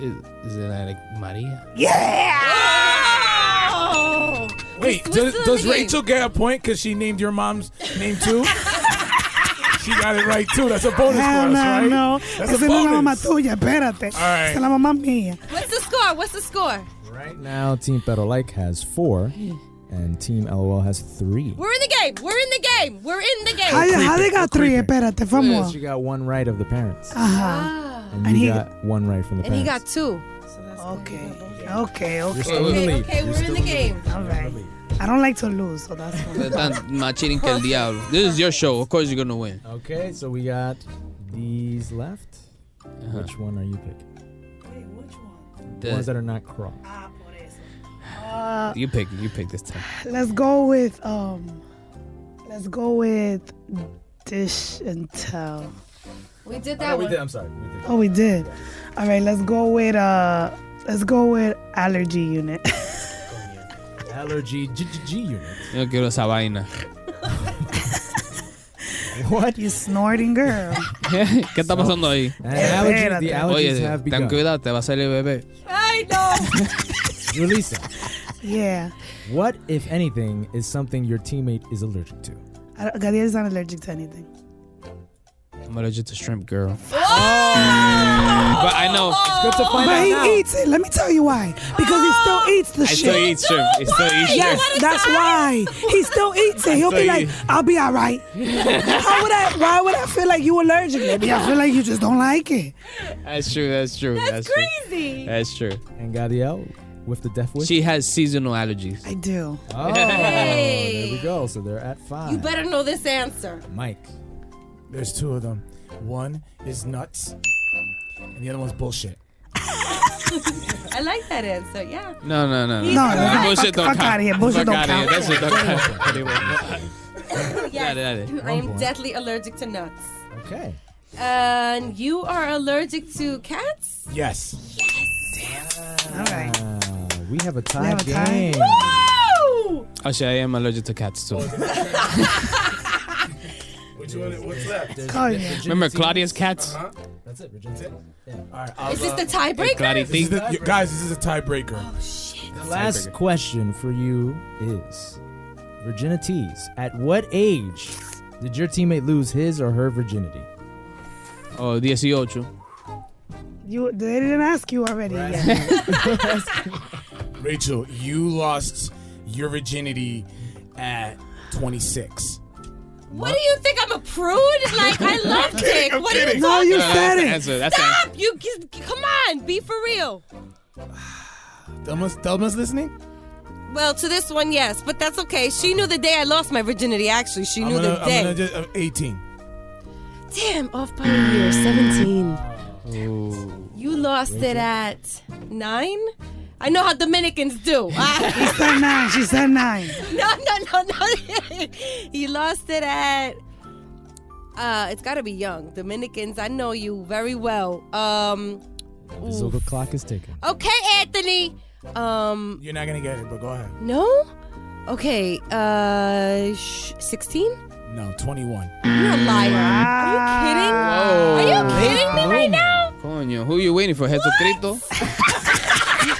S13: Eh, is it like Maria?
S4: Yeah!
S10: Wait, does, does Rachel get a point because she named your mom's name too? she got it right too. That's a bonus
S14: Hell
S10: for us,
S14: no,
S10: right?
S14: no.
S10: That's
S14: Esa
S10: a
S14: no es la
S10: bonus.
S14: mamá tuya, espérate.
S8: All right.
S14: Esa es la mamá mía.
S11: What's the score? What's the score?
S8: Right now, Team Pero Like has four, and Team LOL has three.
S11: We're in the game. We're in the game. We're in the game.
S14: How, how they got three? Espérate, vamos.
S8: She got one right of the parents,
S14: Ajá.
S8: and
S14: And
S8: you
S14: he-
S8: got one right from the
S11: Ah. And he
S8: parents.
S11: got two.
S14: Okay. Okay, okay.
S8: still in the Okay, lead. okay, You're
S14: we're in the game. All right. I don't like to lose, so that's why.
S13: Tan más cheating que el diablo. This is your show. Of course you're gonna win.
S8: Okay, so we got these left. Which one are you picking? The
S13: The-
S8: ones that are not crossed.
S14: Uh,
S13: You pick. You pick this time.
S14: let's go with um, let's go with dish and tell.
S11: We did
S8: Oh, no, we did. I'm sorry. We did.
S14: Oh, we did. All right, let's go with uh, let's go with allergy unit.
S8: Allergy GGG unit.
S13: Yo no quiero esa vaina.
S14: what? You snorting girl.
S13: ¿Qué está pasando
S8: eh,
S13: ahí?
S8: Uh,
S14: allergy- the allergies
S13: Oye,
S14: have
S13: ten
S14: begun.
S13: cuidado, te va a salir bebé.
S11: I know.
S8: Release
S14: yeah.
S8: What, if anything, is something your teammate is allergic to?
S14: I don't- Gadiel is not allergic to anything.
S13: I'm allergic to shrimp, girl. Mm.
S14: But
S13: I know. It's
S8: good to
S14: Oh, but he eats it. Let me tell you why. Because he still eats the
S13: I
S14: shit.
S13: still eat shrimp. I still eat shrimp.
S14: Yes, that's why. He still eats it. He'll be
S13: still
S14: like,
S13: eat-
S14: I'll be all right. How would I why would I feel like you allergic? Maybe I feel like you just don't like it.
S13: That's true. That's true. That's, True.
S14: crazy.
S13: That's true.
S8: And Gadiel with the deaf wish.
S13: She has seasonal allergies.
S14: I do.
S8: Oh,
S11: Hey.
S8: there we go. So they're at five.
S11: You better know this answer.
S8: Mike.
S10: There's two of them. One is nuts, and the other one's bullshit.
S11: I like that answer. Yeah.
S13: No, no, no.
S11: No, no, no.
S13: Bullshit
S11: Fuck-
S13: don't
S11: fuck
S13: count.
S11: outta here. Bullshit
S13: Fuck
S11: don't
S13: outta here.
S11: count.
S13: That shit don't count.
S11: yes.
S13: Dale, dale.
S11: I am deadly allergic to nuts.
S8: Okay.
S11: And you are allergic to cats?
S10: Yes.
S14: All right.
S8: Uh, we have a
S11: We
S8: tie
S11: have a tie.
S8: game.
S14: Oh!
S11: Woo!
S13: Actually, I am allergic to cats too.
S10: Which one? Uh-huh. What's left?
S14: Oh, yeah.
S13: Remember Claudia's cats?
S8: That's it, Virginia.
S10: All right, I'll,
S11: Is this
S10: uh,
S11: the tiebreaker?
S10: This is the- you- guys, this is a tiebreaker. Oh shit!
S8: The last question for you is Virginia Tees. At what age did your teammate lose his or her virginity?
S13: Oh, 18.
S14: You they didn't ask you already. Yeah.
S10: Rachel, you lost your virginity at 26.
S11: What do you think? I'm a prude? Like, I love
S10: I'm
S11: dick.
S10: kidding, I'm
S11: What are you
S10: kidding.
S11: talking
S10: No,
S11: about?
S10: that's the answer, that's the
S11: Stop! You, g- come on. Be for real.
S10: Thelma's, Thelma's listening?
S11: Well, to this one, yes, but that's okay. She knew the day I lost my virginity. Actually, she
S10: I'm
S11: knew
S10: gonna,
S11: the
S10: I'm
S11: day.
S10: gonna just, uh, 18.
S11: Damn, off by a year, seventeen.
S13: Ooh.
S11: You lost it at nine. I know how Dominicans do. Ah.
S14: she said nine. She said nine.
S11: no, no, no, no. he lost it at. Uh, it's got to be young Dominicans. I know you very well. Um,
S8: The Zilda clock is ticking.
S11: okay, Anthony. Um,
S10: You're not gonna get it, but go ahead.
S11: no. Okay. Uh, sixteen.
S10: No, 21.
S11: You're a liar. Are you kidding? Are you kidding me right now?
S13: Coño, who you waiting for? Jesucristo?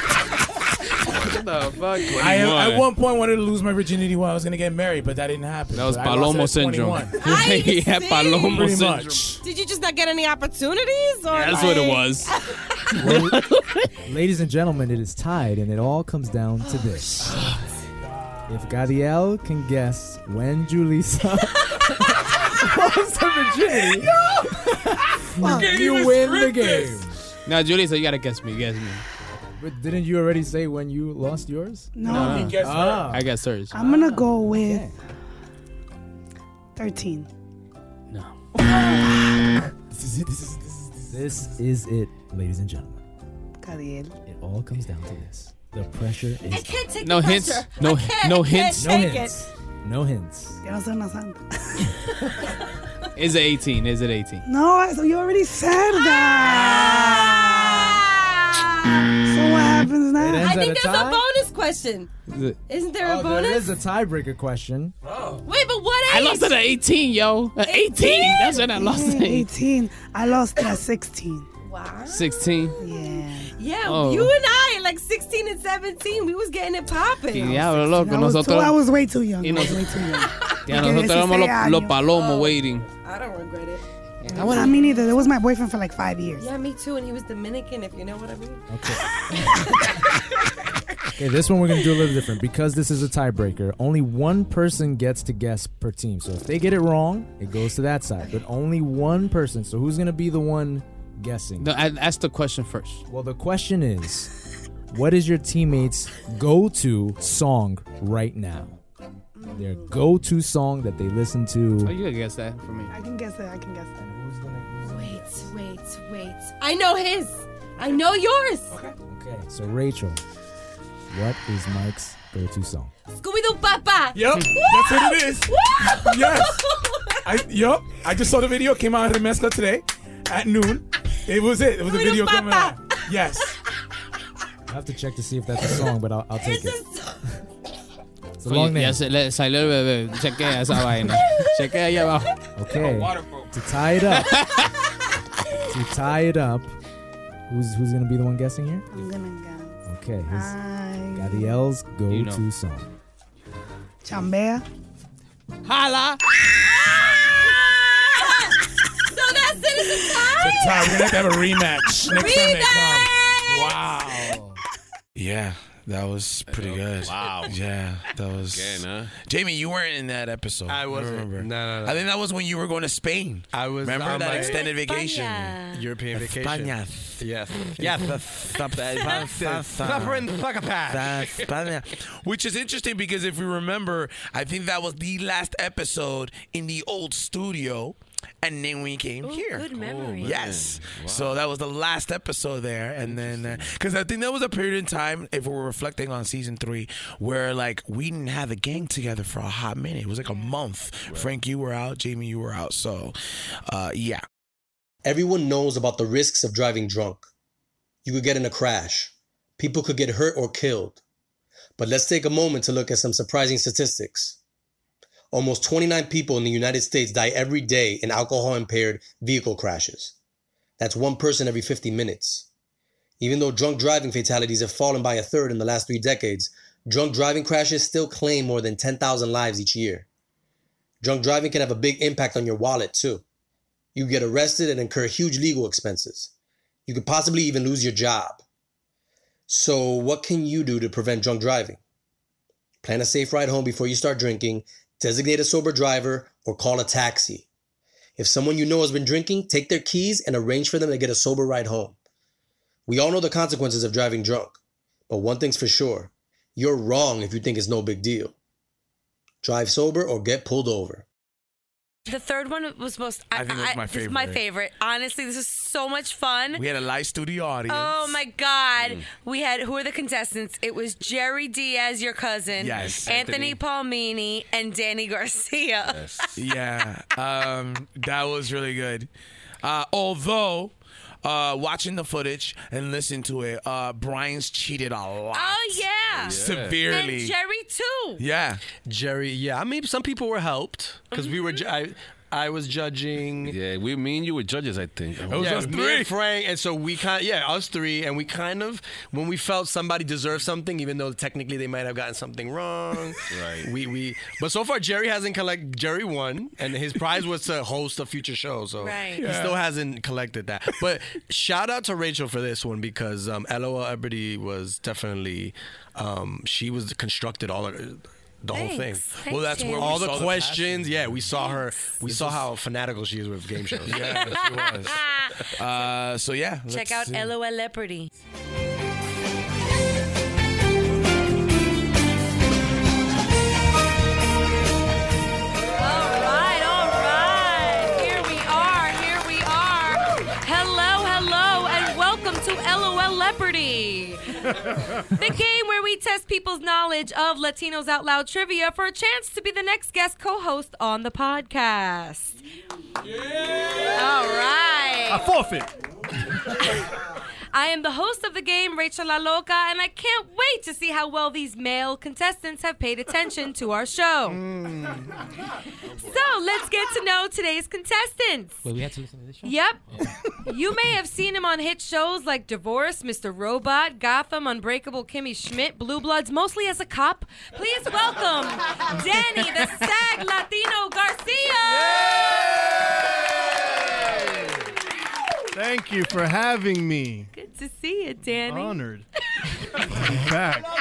S13: what the fuck?
S10: I, at one point wanted to lose my virginity when I was gonna get married, but that didn't happen.
S13: That was
S10: But I lost it
S13: Palomo
S10: at
S13: syndrome.
S10: 21.
S13: he had Palomo
S10: Pretty
S13: syndrome.
S10: much.
S11: Did you just not get any opportunities? Or
S13: That's what it
S11: like-
S13: was.
S8: Ladies and gentlemen, it is tied, and it all comes down to this. If Gadiel can guess when Julissa lost her virginity, you win the game.
S13: Now, Julie, so you gotta guess me. Guess me.
S8: But didn't you already say when you lost yours?
S14: No.
S13: No. He guessed
S8: Ah.
S13: I guess hers.
S14: I'm gonna go with thirteen.
S8: This is it. This is This is it, ladies and gentlemen.
S14: Gadiel.
S8: It all comes down to this. The pressure is.
S11: I can't take
S8: No
S11: the
S8: hints.
S11: pressure.
S8: No-
S11: I can't,
S8: no
S11: I can't
S8: hints. No
S11: take
S8: hints.
S11: It.
S8: No hints.
S14: Yo no soy una santa.
S13: Is it 18? Is it 18?
S14: No, so you already said
S13: Ah!
S14: that. so what happens now?
S8: It ends
S11: I
S8: at
S11: think
S8: a
S11: there's a
S8: tie?
S11: bonus question.
S8: Is it-
S11: Isn't there
S8: Oh,
S11: a bonus?
S8: there is a tiebreaker question.
S11: Wait, but what
S13: I
S11: age?
S13: lost it at 18, yo. At 18? That's when I lost
S14: Yeah,
S13: it.
S14: 18. I lost at 16.
S13: 16?
S11: Yeah,
S13: Oh.
S11: you and I, like 16 and 17, we was getting it popping.
S13: Diablo, loco.
S14: I was, too,
S13: Nosotros.
S14: I was way too young.
S13: y
S14: I was
S13: nos-
S14: way too young.
S13: Ya,
S14: Porque
S13: nosotros éramos los,
S14: 16
S13: los
S14: años.
S13: palomos waiting.
S11: I don't regret it.
S14: I me neither. That was my boyfriend for like five years.
S11: Yeah, me too. And he was Dominican, if you know what I mean.
S8: Okay, this one we're gonna do a little different because this is a tiebreaker. Only one person gets to guess per team. So if they get it wrong, it goes to that side. But only one person. So who's gonna be the one guessing?
S13: No, I asked the question first.
S8: Well, the question is, what is your teammates' go-to song right now? Their go-to song that they listen
S13: Oh,
S8: to.
S13: you can guess that for me.
S14: I can guess that. I can guess that.
S11: Wait, wait, wait. I know his. I know yours. Okay.
S8: Okay. So Rachel, what is Mike's go-to song?
S11: Scooby Doo Papa.
S15: Yep, that's what it is.
S11: Woo!
S15: Yes. I yup. I just saw the video. Came out of Remesca today at noon. It was it. It was a
S11: Little
S15: video coming out.
S11: papa.
S15: Yes.
S8: I have to check to see if that's a song, but I'll, I'll take it. It's a
S13: Oye,
S8: long name.
S13: Ya se le salió el bebé. Chequea esa vaina. Chequea ahí abajo.
S8: Okay. To tie it up. to tie it up. Who's who's gonna be the one guessing here?
S14: I'm gonna guess.
S8: Okay. Here's
S14: I-
S8: Gadiel's go-to
S13: You know.
S8: song.
S14: Chambea.
S13: Holla.
S11: So that's it. It's a tie.
S15: It's a tie. We're gonna have to have a rematch next time they come. Wow.
S3: Yeah, that was pretty good. Wow. Yeah, that was. Jamie, you weren't in that episode. I
S5: wasn't.
S3: remember.
S5: No, no, no.
S3: I think that was when you were going to Spain.
S5: I was
S3: Remember
S5: on
S3: that
S5: my-
S3: extended vacation?
S5: European vacation.
S3: España.
S5: Yes.
S3: Yeah,
S5: Yes. Suffering fuck a
S3: Which is interesting because if you remember, I think that was the last episode in the old studio, and then we came here.
S11: good memory.
S3: Yes. So that was the last episode there, and then because I think that was a period in time, if we were reflecting on season three, where like we didn't have the gang together for a hot minute. It was like a month. Frank, you were out. Jamie, you were out. So, uh, yeah.
S2: Everyone knows about the risks of driving drunk. You could get in a crash, people could get hurt or killed. But let's take a moment to look at some surprising statistics. Almost 29 people in the United States die every day in alcohol impaired vehicle crashes. That's one person every 50 minutes. Even though drunk driving fatalities have fallen by a third in the last three decades, drunk driving crashes still claim more than 10,000 lives each year. Drunk driving can have a big impact on your wallet, too. You get arrested and incur huge legal expenses. You could possibly even lose your job. So, what can you do to prevent drunk driving? Plan a safe ride home before you start drinking, designate a sober driver, or call a taxi. If someone you know has been drinking, take their keys and arrange for them to get a sober ride home. We all know the consequences of driving drunk, but one thing's for sure you're wrong if you think it's no big deal. Drive sober or get pulled over.
S4: The third one was most.
S3: I think that's my
S4: This is my
S3: favorite.
S4: favorite. Honestly, this is so much fun.
S3: We had a live studio audience. Mm.
S4: Oh my God! We had who are the contestants? It was Jerry Diaz, your cousin,
S3: Yes.
S4: Anthony,
S3: Anthony.
S4: Palmini, and Danny Garcia.
S3: yeah, um, that was really good. Uh, although, uh, watching the footage and listening to it, uh, Brian's cheated a lot.
S4: Oh yeah,
S3: Severely.
S4: And Jerry
S5: Oh.
S4: too.
S3: Yeah,
S5: Jerry. Yeah, I mean, some people were helped because we were. ju- I, I was judging.
S16: Yeah, we mean you were judges, I think. It
S5: yeah, me and Frank, and so we kind, yeah, us three, and we kind of when we felt somebody deserved something, even though technically they might have gotten something wrong.
S16: Right.
S5: We we, but so far Jerry hasn't collect. Jerry won, and his prize was to host a future show, so
S16: Right.
S5: he
S16: Yeah.
S5: still hasn't collected that. But shout out to Rachel for this one because um, LOL Ebony was definitely, um, she was constructed all. Of, uh, the whole thing.
S3: Thanks. Well, that's where we
S5: all the
S3: saw the
S5: questions. yeah, we saw her. We saw how fanatical she is with game shows.
S3: Yeah, she was. Uh, so yeah,
S4: Check
S3: let's
S4: out
S3: see.
S4: LOL Leopardy. Here we are. Here we are. Hello, hello, and welcome to LOL Leopardy, the game where we test people's knowledge of Latinos Out Loud trivia for a chance to be the next guest co host on the podcast. All right.
S15: I forfeit.
S4: I am the host of the game, Rachel La Loca, and I can't wait to see how well these male contestants have paid attention to our show.
S15: Mm.
S4: So let's get to know today's contestants.
S13: Wait, we had to listen to this show?
S4: Yep. You may have seen him on hit shows like Divorce, Mr. Robot, Gotham, Unbreakable Kimmy Schmidt, Blue Bloods, mostly as a cop. Please welcome Danny the SAG Latino Garcia.
S17: Thank you for having me.
S4: Good to see you, Danny.
S17: Honored. I'm back. Wow.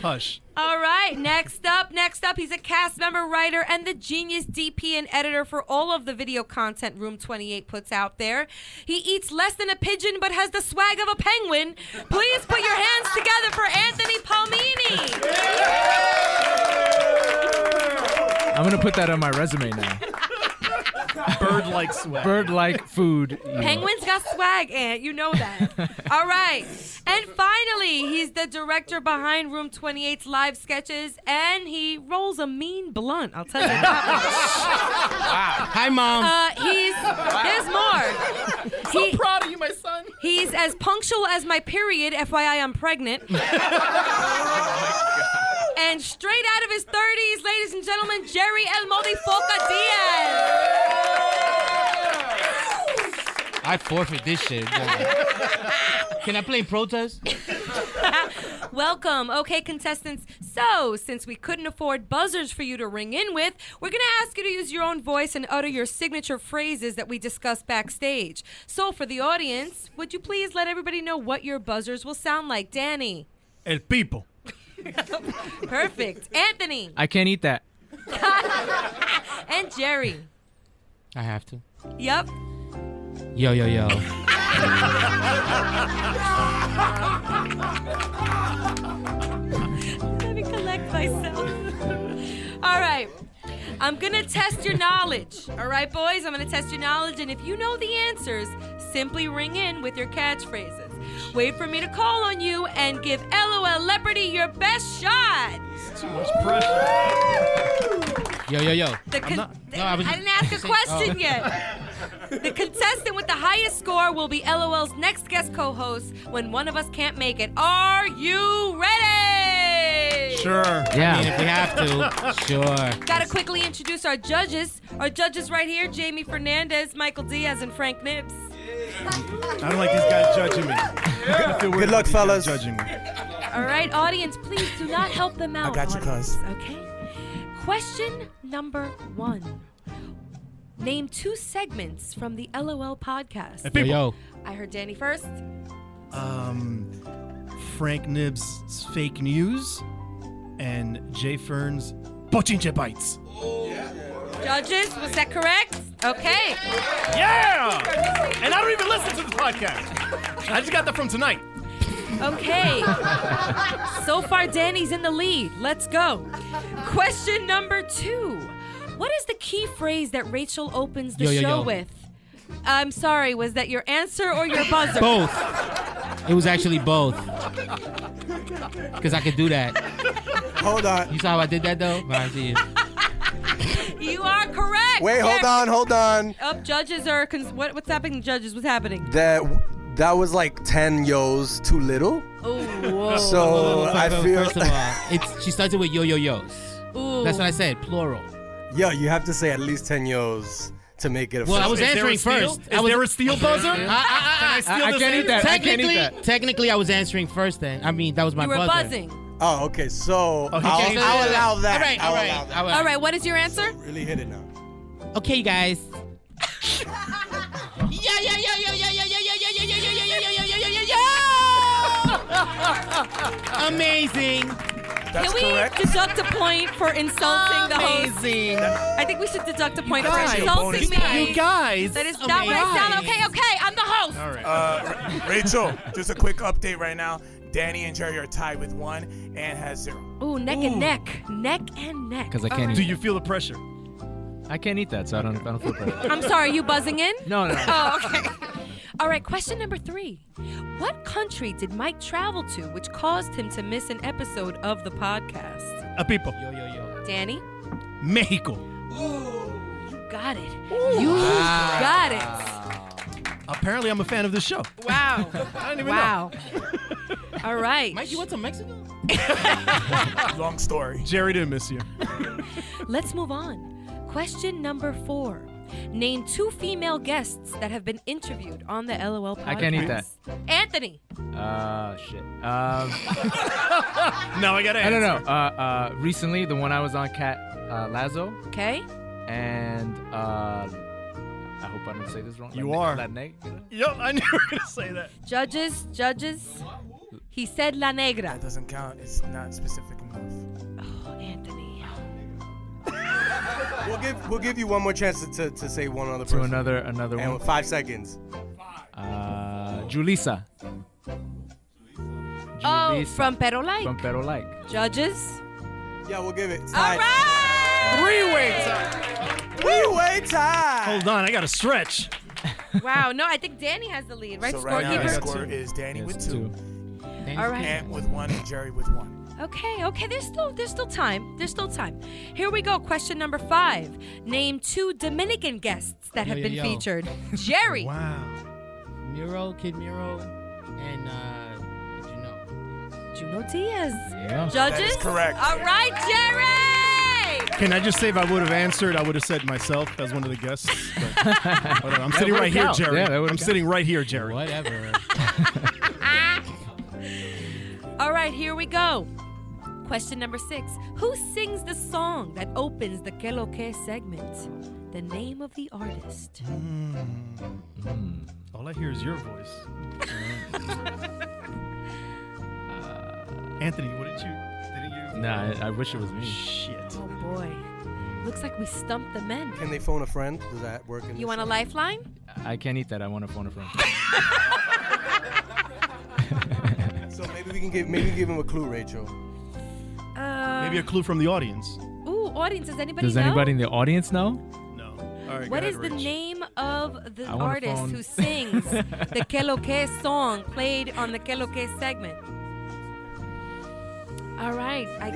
S17: Hush.
S4: All right, next up, next up, he's a cast member, writer, and the genius DP and editor for all of the video content Room 28 puts out there. He eats less than a pigeon but has the swag of a penguin. Please put your hands together for Anthony Palmini.
S8: I'm gonna put that on my resume now.
S15: Bird like sweat.
S8: Bird like food. you know.
S4: Penguins got swag, Ant. You know that. All right. And finally, he's the director behind Room 28's live sketches, and he rolls a mean blunt. I'll tell you that.
S13: Hi, mom.
S4: Uh, he's there's more.
S15: So proud of you, my son.
S4: He's as punctual as my period. FYI, I'm pregnant. And straight out of his 30s, ladies and gentlemen, Jerry El Modifoca Diaz.
S13: I forfeit this shit. Can I play in protest?
S4: Welcome, okay, contestants. So, since we couldn't afford buzzers for you to ring in with, we're going to ask you to use your own voice and utter your signature phrases that we discussed backstage. So, for the audience, would you please let everybody know what your buzzers will sound like? Danny.
S15: El people.
S4: Perfect. Anthony.
S13: I can't eat that.
S4: and Jerry.
S13: I have to.
S4: Yep.
S13: Yo, yo, yo.
S4: Let me collect myself. all right. I'm going to test your knowledge. All right, boys? I'm going to test your knowledge. And if you know the answers, simply ring in with your catchphrases. Wait for me to call on you and give LOL Leopardy your best shot.
S15: Too much pressure.
S13: Yo, yo, yo.
S4: The con-
S13: No, I
S4: I,
S13: was just-
S4: didn't ask a
S13: say-
S4: question
S13: oh.
S4: yet. The contestant with the highest score will be LOL's next guest co host when one of us can't make it. Are you ready?
S15: Sure.
S13: Yeah, I mean, if we have to. Sure.
S4: Gotta quickly introduce our judges. Our judges right here Jamie Fernandez, Michael Diaz, and Frank Nips.
S17: I don't like these guys judging me. I kinda feel weird
S18: Good luck,
S17: about
S18: fellas.
S17: these guys Judging me.
S4: All right, audience, please do not help them out.
S18: I got you,
S4: audience, Okay. Question number one. Name two segments from the LOL podcast.
S17: Hey, people. Yo, yo.
S4: I heard Danny first.
S17: Um, Frank Nib's fake news and Jay Fern's Bochinche bites.
S4: Judges, was that correct? Okay.
S15: Yeah! And I don't even listen to the podcast. I just got that from tonight.
S4: Okay. So far, Danny's in the lead. Let's go. Question number two. What is the key phrase that Rachel opens the
S13: Yo, yo,
S4: show
S13: yo.
S4: with? I'm sorry, was that your answer or your buzzer?
S13: Both. It was actually both. Because I could do that. Hold on. You saw how I did that, though? All right, see you.
S4: You are correct.
S18: Wait, hold
S4: Jerry.
S18: on, hold on.
S4: Up, judges are. Cons- what, what's happening, judges? What's happening?
S18: That that was like ten yo's too little.
S4: Oh, whoa.
S18: So I feel.
S13: First of all, it's, she started with yo yo yo's.
S4: Ooh.
S13: That's what I said, plural.
S18: Yo, you have to say at least ten yo's to make it.
S13: Well, I
S18: official.
S13: was answering first. I was, I, I, I,
S18: Can I steal this
S13: can't eat
S18: answer? I
S13: that.
S18: can't eat
S13: Technically,
S18: that.
S13: technically, I was answering first. Then I mean, that was my
S4: You were
S13: buzzer.
S4: buzzing.
S18: Oh, okay. So
S13: Okay,
S18: I'll,
S13: so-
S18: I'll allow that.
S13: All right,
S18: I'll
S13: all right,
S18: allow that.
S13: all
S4: All right, what is your answer?
S18: Really hit it now.
S13: Okay, you guys.
S4: Yeah, yeah, yeah, yeah, yeah, yeah, yeah, yeah, yeah, yeah, yeah, yeah, yeah, yeah, yeah, yeah, yeah.
S13: Amazing.
S4: Can we deduct a point for insulting the host?
S13: Amazing.
S4: I think we should deduct a point for
S13: guys.
S4: insulting
S13: Bonus
S4: me.
S13: point. You guys.
S4: That is not what I
S13: Amazing.
S4: sound. Okay, okay, I'm the host. All right.
S3: Uh, Ra- Rachel, just a quick update right now. Danny and Jerry are tied with one and has zero.
S4: Ooh, neck and neck, neck and neck.
S8: 'Cause I can't
S15: Do
S8: eat
S15: you feel the pressure?
S8: I can't eat that, so I don't. I don't feel pressure.
S4: I'm sorry, you buzzing in?
S8: No, no, no.
S4: Oh, okay. All right, question number three. What country did Mike travel to which caused him to miss an episode of the podcast?
S17: uh,
S19: A people.
S4: Danny,
S19: Mexico.
S4: you got it. you
S19: Ah.
S4: got it.
S19: Apparently, I'm a fan of this show.
S4: Wow.
S19: I didn't even
S4: wow. All right. Mike,
S13: you went to Mexico?
S19: Long story. Jerry didn't miss you.
S4: Let's move on. Question number four. Name two female guests that have been interviewed on the LOL podcast.
S8: I can't eat that.
S4: Anthony.
S8: Uh, shit. Um,
S17: now I gotta
S8: I don't know.
S17: answer.
S8: Uh, uh, recently, the one I was on, Cat uh, Lazo,
S4: Okay.
S8: and uh, I hope I didn't say this wrong.
S17: You
S8: Latne-
S17: are.
S8: Latne?
S17: Yep, I knew you were gonna say that.
S4: Judges, judges. He said La Negra. That
S3: doesn't count. Uh, It's not specific enough.
S2: We'll give we'll give you one more chance to, to, to say one other
S8: To
S2: person.
S8: another- another
S2: and
S8: one.
S2: Five seconds.
S8: Uh, Julissa.
S4: Oh,
S8: Julissa.
S4: from Pero Like.
S8: From Pero Like.
S4: Judges.
S2: Yeah, we'll give it.
S4: All right.
S2: Three way tie. Three way tie.
S17: Hold on, I gotta stretch.
S4: Wow. No, I think Danny has the lead, right?
S3: So right now the
S4: Scorekeeper?
S3: score is Danny with two,
S4: All right.
S3: Ant with one, and Jerry with one.
S4: Okay, okay, there's still there's still time. There's still time. Here we go. Question number five. Name two Dominican guests that
S13: Yo,
S4: have
S13: yo,
S4: been
S13: yo.
S4: featured. Jerry.
S19: Wow.
S13: Miro, Kid Miro, and uh, Juno.
S4: Juno Diaz.
S19: Yeah.
S4: Judges. All right, Jerry.
S19: Can I just say if I would have answered, I would have said myself as one of the guests. But whatever. I'm
S17: That
S19: sitting
S17: would've
S19: right here,
S17: count.
S19: Jerry.
S17: Yeah, that
S19: I'm
S17: would've
S19: sitting right here, Jerry.
S13: Whatever.
S4: All right, here we go. Question number six. Who sings the song that opens the Que Lo Que segment? The name of the artist.
S19: Mm.
S17: All I hear is your voice.
S4: Mm.
S17: Anthony, what did you? Didn't you?
S8: Nah, I, I wish it was me.
S17: Shit.
S4: Oh boy. Looks like we stumped the men.
S2: Can they phone a friend? Does that work? In
S4: You
S2: this
S4: want a
S2: show?
S4: lifeline?
S8: I can't eat that. I want to phone a friend.
S2: So maybe we can give maybe give him a clue, Rachel.
S4: Uh,
S17: Maybe a clue from the audience.
S4: Ooh, audience, does anybody
S8: Does
S4: know?
S8: anybody in the audience know?
S17: All right,
S4: What
S17: go
S4: is
S17: ahead,
S4: the
S17: Rach.
S4: name of the
S8: I want a
S4: artist
S8: phone.
S4: who sings the Que Lo Que song played on the Que Lo Que segment? All right. I,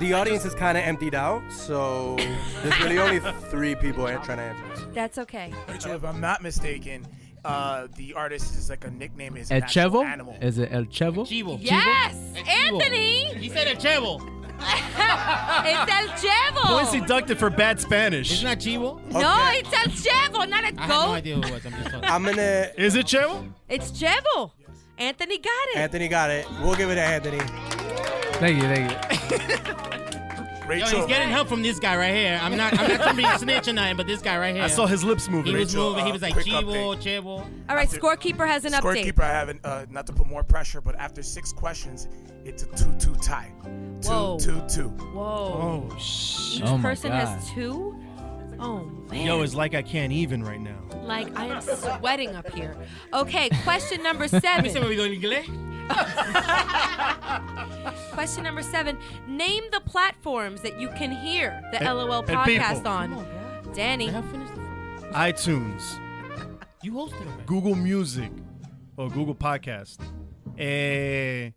S2: The audience is kind of emptied out, so there's really only three people a- trying to answer.
S4: that's okay.
S3: Rachel, if I'm not mistaken, uh, the artist is like a nickname is
S8: El
S3: an actual
S8: Chevo?
S3: animal.
S8: Is it El Chevo?
S4: Yes, Anthony.
S13: He said a chevo.
S4: it's El Chevo.
S17: Points deducted for bad Spanish. It's
S13: not Chivo.
S4: No, it's El Chevo, not
S13: I
S4: a
S13: had no
S4: goat.
S13: idea who it was. I'm just talking.
S2: I'm gonna.
S17: Is it Chevo?
S4: It's Chevo. Anthony got it.
S2: Anthony got it. We'll give it to Anthony.
S8: Thank you, thank you.
S13: Yo,
S2: Rachel.
S13: he's getting help from this guy right here. I'm not. I'm not trying to be snitching on him, but this guy right here.
S17: I saw his lips
S13: He
S17: moving.
S13: was moving. he was like
S3: quick
S13: chivo, chevo.
S4: All right, scorekeeper has an update.
S3: Scorekeeper, I haven't. Uh, not to put more pressure, but after six questions, it's a two-two tie.
S4: Whoa.
S3: Two-two-two.
S4: Whoa.
S17: Oh,
S4: Each
S17: shit.
S4: person has two. Oh man.
S17: Yo, it's like I can't even right now.
S4: Like I am sweating up here. Okay, question number seven.
S13: Say what we doing in English?
S4: Question number seven. Name the platforms that you can hear the
S17: El-
S4: LOL
S17: El
S4: podcast
S17: People.
S4: on. Danny.
S17: iTunes,
S13: You hosted him.
S17: Google Music, or Google Podcast. Eh.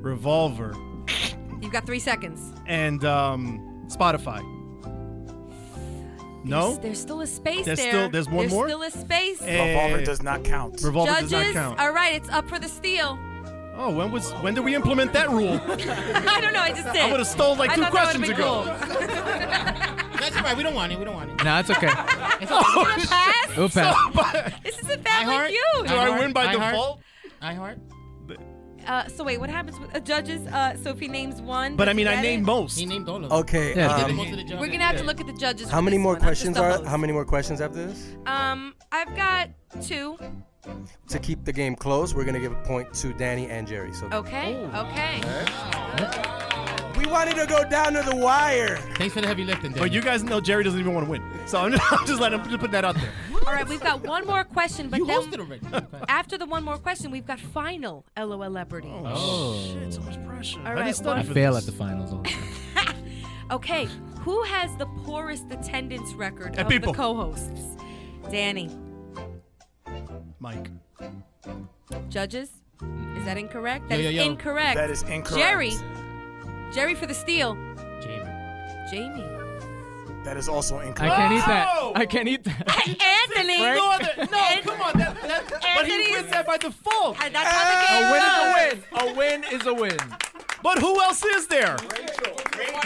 S17: Revolver.
S4: You've got three seconds.
S17: And um, Spotify. No?
S4: There's still a space
S17: There's
S4: there.
S17: still- there's one more?
S4: still a space.
S17: Eh,
S3: Revolver does not count.
S17: Revolver
S4: Judges,
S17: does not count.
S4: all right, it's up for the steal.
S17: Oh, when was when did we implement that rule?
S4: I don't know. I just did.
S17: I would've stole like
S4: I
S17: two
S4: thought that would've
S17: questions
S4: been
S13: That's all right. We don't want it. We don't want it.
S8: Nah, it's okay.
S13: It's okay.
S4: cool. Is this a pass?
S8: It'll pass.
S4: This is a family
S13: iHeart?
S4: feud.
S13: iHeart? iHeart? iHeart.
S4: Uh, so wait, what happens with uh, judges? Uh, so if he names one,
S17: But I
S4: does
S17: mean,
S4: he
S17: I
S4: get
S17: named
S4: it?
S17: most.
S13: He named all of
S2: Okay. um,
S4: We're gonna have to look at the judges.
S2: how
S4: for
S2: many
S4: this
S2: more
S4: one. I'm just
S2: questions
S4: the
S2: are?
S4: host.
S2: How many more questions after this?
S4: Um, I've got two.
S2: To keep the game close, we're gonna give a point to Danny and Jerry. So
S4: Okay.
S17: Oh.
S4: Okay.
S2: we wanted to go down to the wire.
S13: Thanks for the heavy lifting.
S17: But you guys know Jerry doesn't even want to win, so I'm just, I'm just letting him just put that out there.
S4: All right, we've got one more question, but then after the one more question, we've got final LOL Leopardy. Oh,
S17: shit, so much pressure.
S4: All right,
S8: I
S4: one-
S8: fail at the finals all the time.
S17: Oh.
S4: Okay, who has the poorest attendance record
S8: Eh,
S4: of
S8: people.
S4: the co-hosts? Danny.
S20: Mike.
S4: Judges? Is that incorrect? That
S20: Yo,
S4: is
S20: yo, yo.
S4: incorrect.
S20: That is incorrect.
S4: Jerry. Jerry for the steal.
S21: Jamie.
S4: Jamie.
S22: That is also
S23: I
S22: incorrect.
S23: can't eat that. I can't eat that.
S4: Anthony.
S23: Frank?
S17: No, other, no come on. That, that, but he wins that by default.
S4: That's
S17: a win is a win. A win is a win. But who else is there?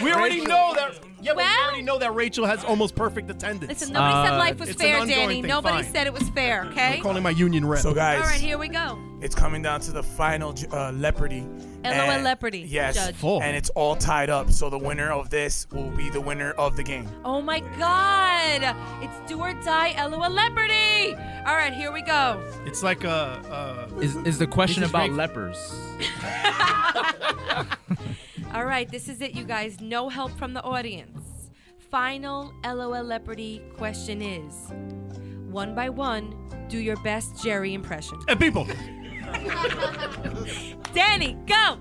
S17: We already
S4: Rachel.
S17: know that. Yeah, but we
S4: Well-
S17: already know that Rachel has almost perfect attendance.
S4: Listen, nobody said life was
S17: Uh, it's an
S4: fair,
S17: ongoing
S4: Danny.
S17: thing,
S4: Nobody
S17: fine.
S4: said it was fair, okay?
S17: calling my union rep.
S22: So guys,
S4: All right, here we go.
S22: it's coming down to the final ju- uh, Leopardy.
S4: LOL
S22: and-
S4: Leopardy,
S22: Yes,
S4: judge. Full.
S22: and it's all tied up. So the winner of this will be the winner of the game.
S4: Oh my God! It's do or die, LOL Leopardy. All right, here we go.
S20: It's like a. Uh,
S23: Is, is the question
S20: This is
S23: about
S20: Rick-
S23: lepers?
S4: All right, this is it, you guys. No help from the audience. Final LOL Leopardy question is: one by one, do your best Jerry impression.
S17: And people.
S4: Danny, go.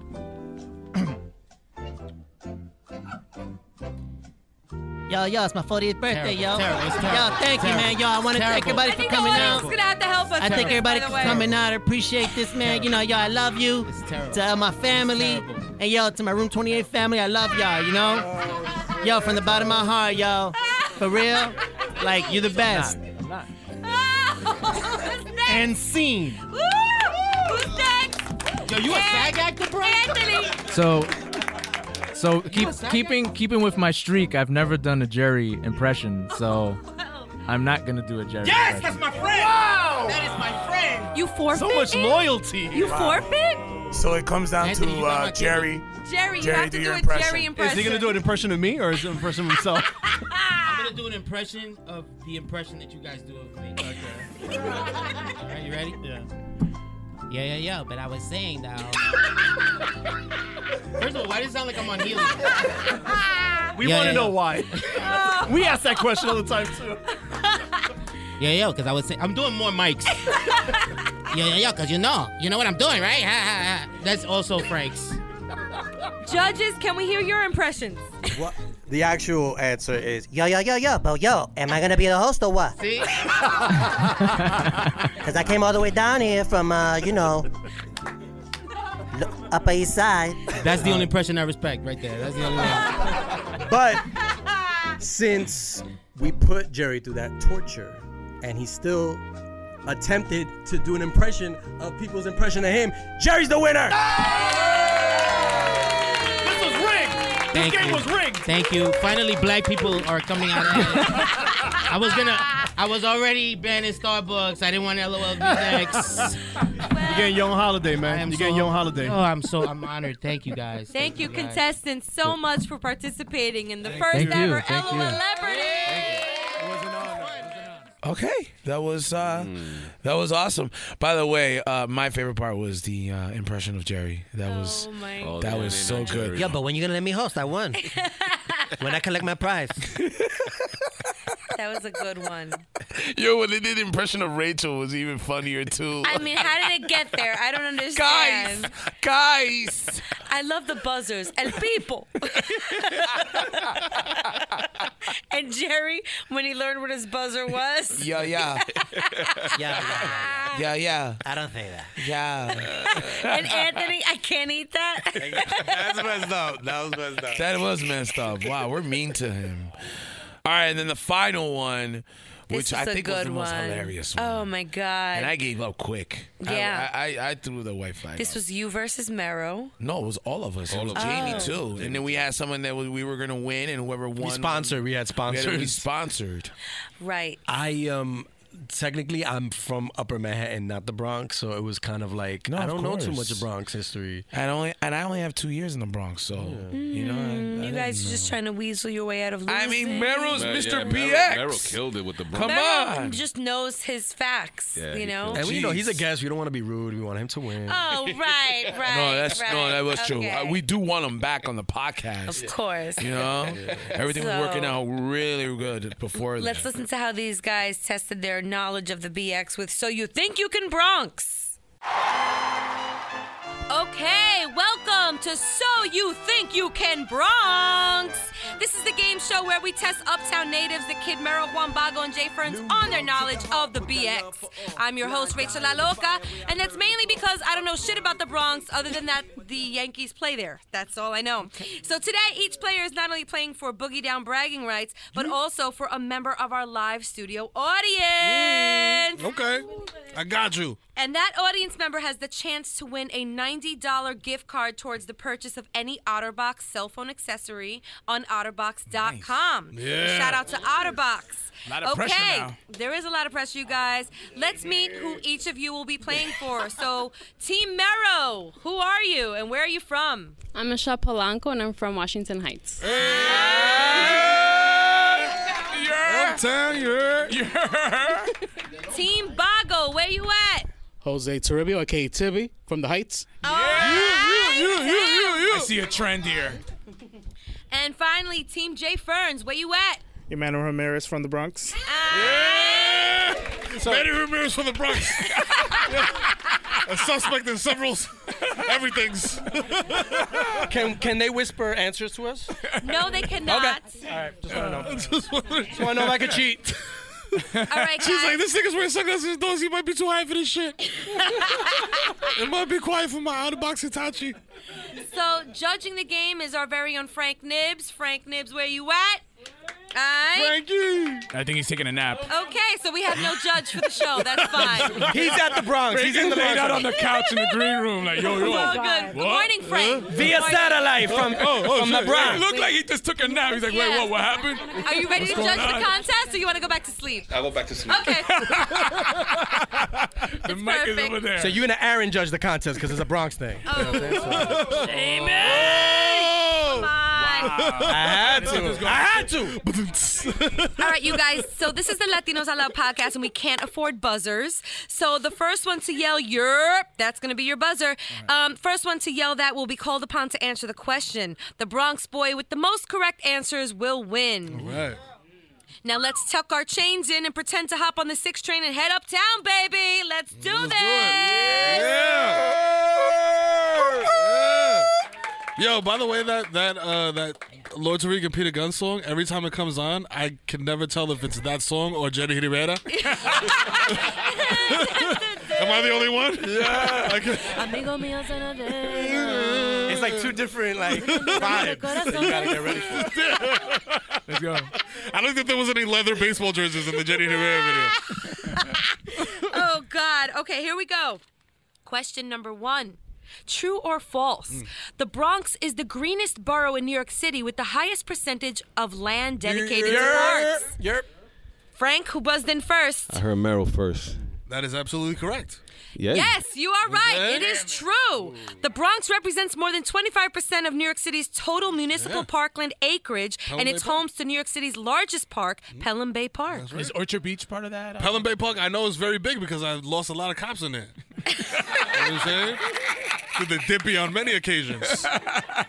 S13: Yo, yo, it's my 48th birthday, yo.
S21: Terrible, it's
S13: Yo,
S21: terrible,
S13: thank you,
S21: terrible,
S13: man. Yo, I want to
S21: terrible.
S13: thank everybody
S21: I
S13: for
S21: think
S13: coming
S21: the
S13: out.
S21: audience is gonna have to help us
S13: I
S21: with
S13: think
S21: this,
S13: everybody
S21: by the
S13: for
S21: way.
S13: coming out. I appreciate this, man. You know, yo, I love you. To uh, my family. And yo, to my Room 28 family, I love y'all, you know? Yo, from the bottom of my heart, yo. For real. Like, you're the best.
S20: and scene.
S4: Woo! Who's next?
S13: Yo, you a SAG actor, bro?
S4: Anthony.
S8: So, so keep,
S4: was that
S8: keeping keeping with my streak. I've never done a Jerry impression, so I'm not gonna do a Jerry.
S13: Yes,
S8: impression.
S13: my friend.
S17: Wow.
S13: That is my friend.
S4: You forfeit.
S17: So much
S4: it?
S17: loyalty.
S4: You
S22: Wow.
S4: forfeit.
S22: So it comes down
S17: Anthony,
S22: to
S17: you
S22: uh, Jerry.
S4: Jerry, you
S22: Jerry,
S4: have
S22: do
S4: to do
S22: your
S4: a
S22: impression.
S4: Jerry
S17: Is
S4: impression.
S17: he gonna do an impression of me or is it an impression of himself?
S13: I'm going to do an impression of the impression that you guys do of me. Okay. All right, you ready? Yeah. Yeah, yeah, yeah. But I was saying, though. First of all, why does it sound like I'm on helium?
S17: We
S13: Yeah,
S17: want to
S13: yeah,
S17: know
S13: yeah.
S17: why. we ask that question all the time too.
S13: Yeah, yeah, because I was saying, I'm doing more mics. yeah, yeah, yeah, because you know. You know what I'm doing, right? Ha, ha, ha. That's also Frank's.
S4: Judges, can we hear your impressions?
S2: What? The actual answer is
S11: Yo, yo, yo, yo, but yo, am I gonna be the host or what?
S13: See?
S11: Because I came all the way down here from, uh, you know, Lo- Upper East Side.
S13: That's the only impression I respect Uh, right there. That's the only one.
S2: But since we put Jerry through that torture and he still attempted to do an impression of people's impression of him, Jerry's the winner!
S17: This was rigged.
S13: Thank
S17: this game
S13: you.
S17: was rigged.
S13: Thank you. Finally, black people are coming out. ahead. I was gonna. I was already banned in Starbucks. I didn't want LOL to be next.
S17: You're getting your own holiday, man. You're getting your own holiday.
S13: Oh, I'm so I'm honored. Thank you guys.
S4: Thank you,
S13: guys.
S4: contestants, so much for participating in the first
S13: Thank you.
S4: ever
S13: Thank
S4: LOL
S13: you.
S3: Okay, that was uh, that was awesome. By the way, uh, my favorite part was the uh, impression of Jerry. That
S4: Oh
S3: was that was so good.
S11: Yo, but when you gonna let me host? I won. when I collect my prize.
S4: That was a good one.
S3: Yo, when they did the impression of Rachel was even funnier too.
S4: I mean, how did it get there? I don't understand. Guys,
S3: guys.
S4: I love the buzzers and people. and Jerry, when he learned what his buzzer was.
S3: Yeah, yeah.
S11: yeah,
S3: yeah, yeah.
S11: I don't say that.
S3: Yeah.
S4: and Anthony, I can't eat that.
S3: That's messed up. That was messed up. That was messed up. Wow, we're mean to him. All right, and then the final one, which
S4: This
S3: I
S4: is a
S3: think was
S4: good
S3: the most hilarious one.
S4: Oh my god.
S3: and I gave up quick. I-
S4: Yeah.
S3: I, I, I threw the white flag.
S4: this
S3: up.
S4: was you versus Marrow.
S3: No, it was all of us. it
S4: All of
S3: was
S4: us.
S3: Jamie too. And then we had someone that we we were gonna win, and whoever won,
S24: sponsored. We had
S3: We,
S24: sponsors.
S3: sponsored.
S4: Right.
S24: I um technically I'm from Upper Manhattan, not the Bronx, so it was kind of like
S3: No,
S24: I
S3: of
S24: don't know too
S3: course.
S24: much of Bronx history.
S3: And only and I only have two years in the Bronx, so you know. I- I
S4: Mm, You
S3: didn't
S4: guys
S3: know.
S4: are just trying to weasel your way out of losing.
S3: I mean, Merrill's
S5: Man,
S3: Mr.
S5: yeah,
S3: BX.
S5: Merrill, Merrill killed it with the
S3: Come
S4: Merrill
S3: on.
S4: just knows his facts,
S24: Yeah,
S4: you know?
S24: and we, you know he's a guest. We don't want to be rude. We want him to win.
S4: Oh, right, right.
S3: no, that's no,
S4: right.
S3: that was true.
S4: Okay.
S3: Uh, we do want him back on the podcast,
S4: Of course.
S3: You know, everything
S4: So-
S3: was working out really good before
S4: Let's
S3: that.
S4: listen to how these guys tested their knowledge of the BX with So You Think You Can Bronx. Okay, welcome to So You Think You Can Bronx. This is the game show where we test uptown natives, the kid Merrill, Juan Bago, and Jay Ferns on their knowledge of the BX. I'm your host, Rachel La Loca, and that's mainly because I don't know shit about the Bronx other than that the Yankees play there. That's all I know. So today, each player is not only playing for Boogie Down bragging rights, but also for a member of our live studio audience.
S3: Okay, I got you.
S4: And that audience member has the chance to win a $90 gift card towards the purchase of any Otterbox cell phone accessory on Otterbox.com.
S3: Nice. Yeah.
S4: Shout out to Otterbox.
S3: Lot of
S4: okay,
S3: pressure now.
S4: there is a lot of pressure, you guys. Let's meet who each of you will be playing for. So, Team Merrow, who are you and where are you from?
S25: I'm Michelle Polanco and I'm from Washington Heights.
S3: Yeah. Uptown, yeah. Yeah.
S4: Team Bago, where you at?
S26: Jose Toribio, aka Tibby, from the Heights.
S12: I see a trend here.
S4: And finally, Team J Ferns, where you at?
S26: Emmanuel Ramirez from the Bronx.
S12: Manny Ramirez from the Bronx.
S18: A suspect in several everything's. can can they whisper answers to us?
S4: No, they cannot.
S18: Okay. All right. Just want to know.
S12: Just wanna-
S18: Just want to know if I could cheat.
S4: All right,
S12: She's like, this nigga's wearing sunglasses and those. He might be too high for this shit. it might be quiet for my out of box Hitachi.
S4: So, judging the game is our very own Frank Nibs. Frank Nibs, where you at? I.
S12: Frankie.
S27: I think he's taking a nap.
S4: Okay, so we have no judge for the show. That's fine.
S18: He's at the Bronx. He's in the
S12: laid
S18: Bronx.
S12: out on the couch in the green room, like yo yo.
S18: Oh,
S4: So good. Good
S12: What?
S4: morning, Frank.
S12: Huh? Oh,
S18: Via satellite from- from the
S12: shit.
S18: Bronx.
S12: It looked like he just took a nap. He's like, wait,
S4: Yeah.
S12: what? What happened?
S4: Are you ready
S12: What's
S4: to
S12: going
S4: judge
S12: on?
S4: the contest, or you want to go back to sleep?
S18: I'll go back to sleep.
S4: Okay.
S18: The
S4: mic is perfect. over there.
S18: So you and Aaron judge the contest because it's a Bronx thing.
S4: Oh.
S12: Oh.
S4: Come on.
S18: I had to. I had to.
S4: All right, you guys. So this is the Latinos Out Loud podcast, and we can't afford buzzers. So the first one to yell "Yerp," that's going to be your buzzer. Um, first one to yell that will be called upon to answer the question. The Bronx boy with the most correct answers will win. Now let's tuck our chains in and pretend to hop on the six train and head uptown, baby. Let's do this.
S12: Yo, by the way, that that uh, that Lord Tariq and Peter Gunn song. Every time it comes on, I can never tell if it's that song or Jenny Rivera. Am I the only one? Yeah. I can-
S11: Amigo mío,
S18: It's like two different like vibes. that you gotta get ready for.
S12: Let's go. I don't think there was any leather baseball jerseys in the Jenny Rivera video.
S4: oh God. Okay, here we go. Question number one. True or false?
S12: Hmm.
S4: The Bronx is the greenest borough in New York City with the highest percentage of land dedicated to parks.
S18: Yerp.
S4: Frank, who buzzed in first.
S28: I heard Meryl first.
S12: That is absolutely correct.
S28: Yeah.
S4: Yes, you are right. It is true. The Bronx represents more than 25% of New York City's total municipal parkland acreage,
S12: Pelham
S4: and
S12: Bay
S4: it's
S12: Park. Hmm.
S4: homes to New York City's largest park, Pelham Bay Park.
S27: Is Orchard Beach part of that?
S12: Pelham Bay Park, I know is very big because I've lost a lot of cops in there. you know what I'm saying? To the dippy on many occasions.
S4: All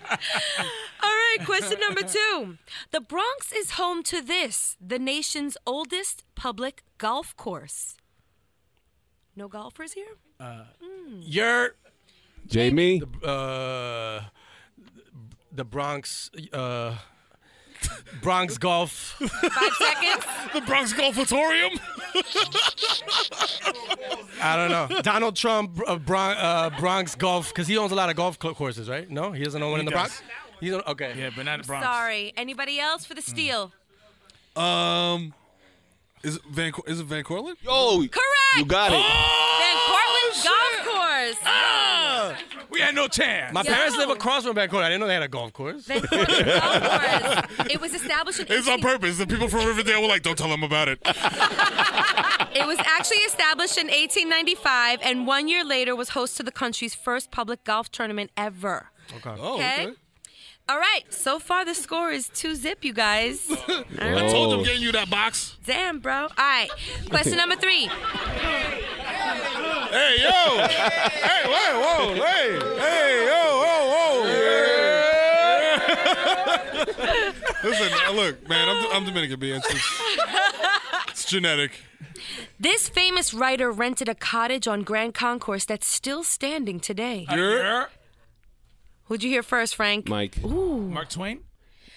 S4: right, question number two. The Bronx is home to this, the nation's oldest public golf course. No golfers here?
S18: Uh, Yerp.
S28: Jamie.
S18: The, uh, the Bronx. Uh, Bronx golf.
S4: Five seconds.
S12: the Bronx golfatorium.
S18: I don't know. Donald Trump, uh, Bron- uh, Bronx golf, because he owns a lot of golf cl- courses, right? No, he doesn't own one in
S12: He
S18: the
S12: does.
S18: Bronx. He's on, okay. Yeah,
S12: but not
S4: Sorry. Anybody else for the steal?
S12: Um, is it Van? Is it Van Cortlandt?
S28: Yo,
S4: Correct.
S28: you got it.
S4: Van Cortlandt Golf Course.
S12: We had no chance.
S18: My
S4: Yo.
S18: parents live across from Vancouver. I didn't know they had a golf course.
S4: Van Cortlandt Golf Course. It was established in
S12: It's on purpose. The people from Riverdale were like, "Don't tell them about it."
S4: It was actually established in 1895 and one year later was host to the country's first public golf tournament ever.
S18: Okay.
S12: Oh,
S13: Oh,
S4: All right, so far the score is two zip, you guys.
S12: I told them getting you that box.
S4: Damn, bro. All right, question number three.
S12: Hey yo! hey, whoa, whoa, hey, hey, yo, whoa, whoa! Listen, uh, look, man, I'm, I'm Dominican, bitch. It's, it's genetic.
S4: This famous writer rented a cottage on Grand Concourse that's still standing today. Who'd you hear first, Frank?
S5: Mike.
S4: Ooh.
S29: Mark Twain?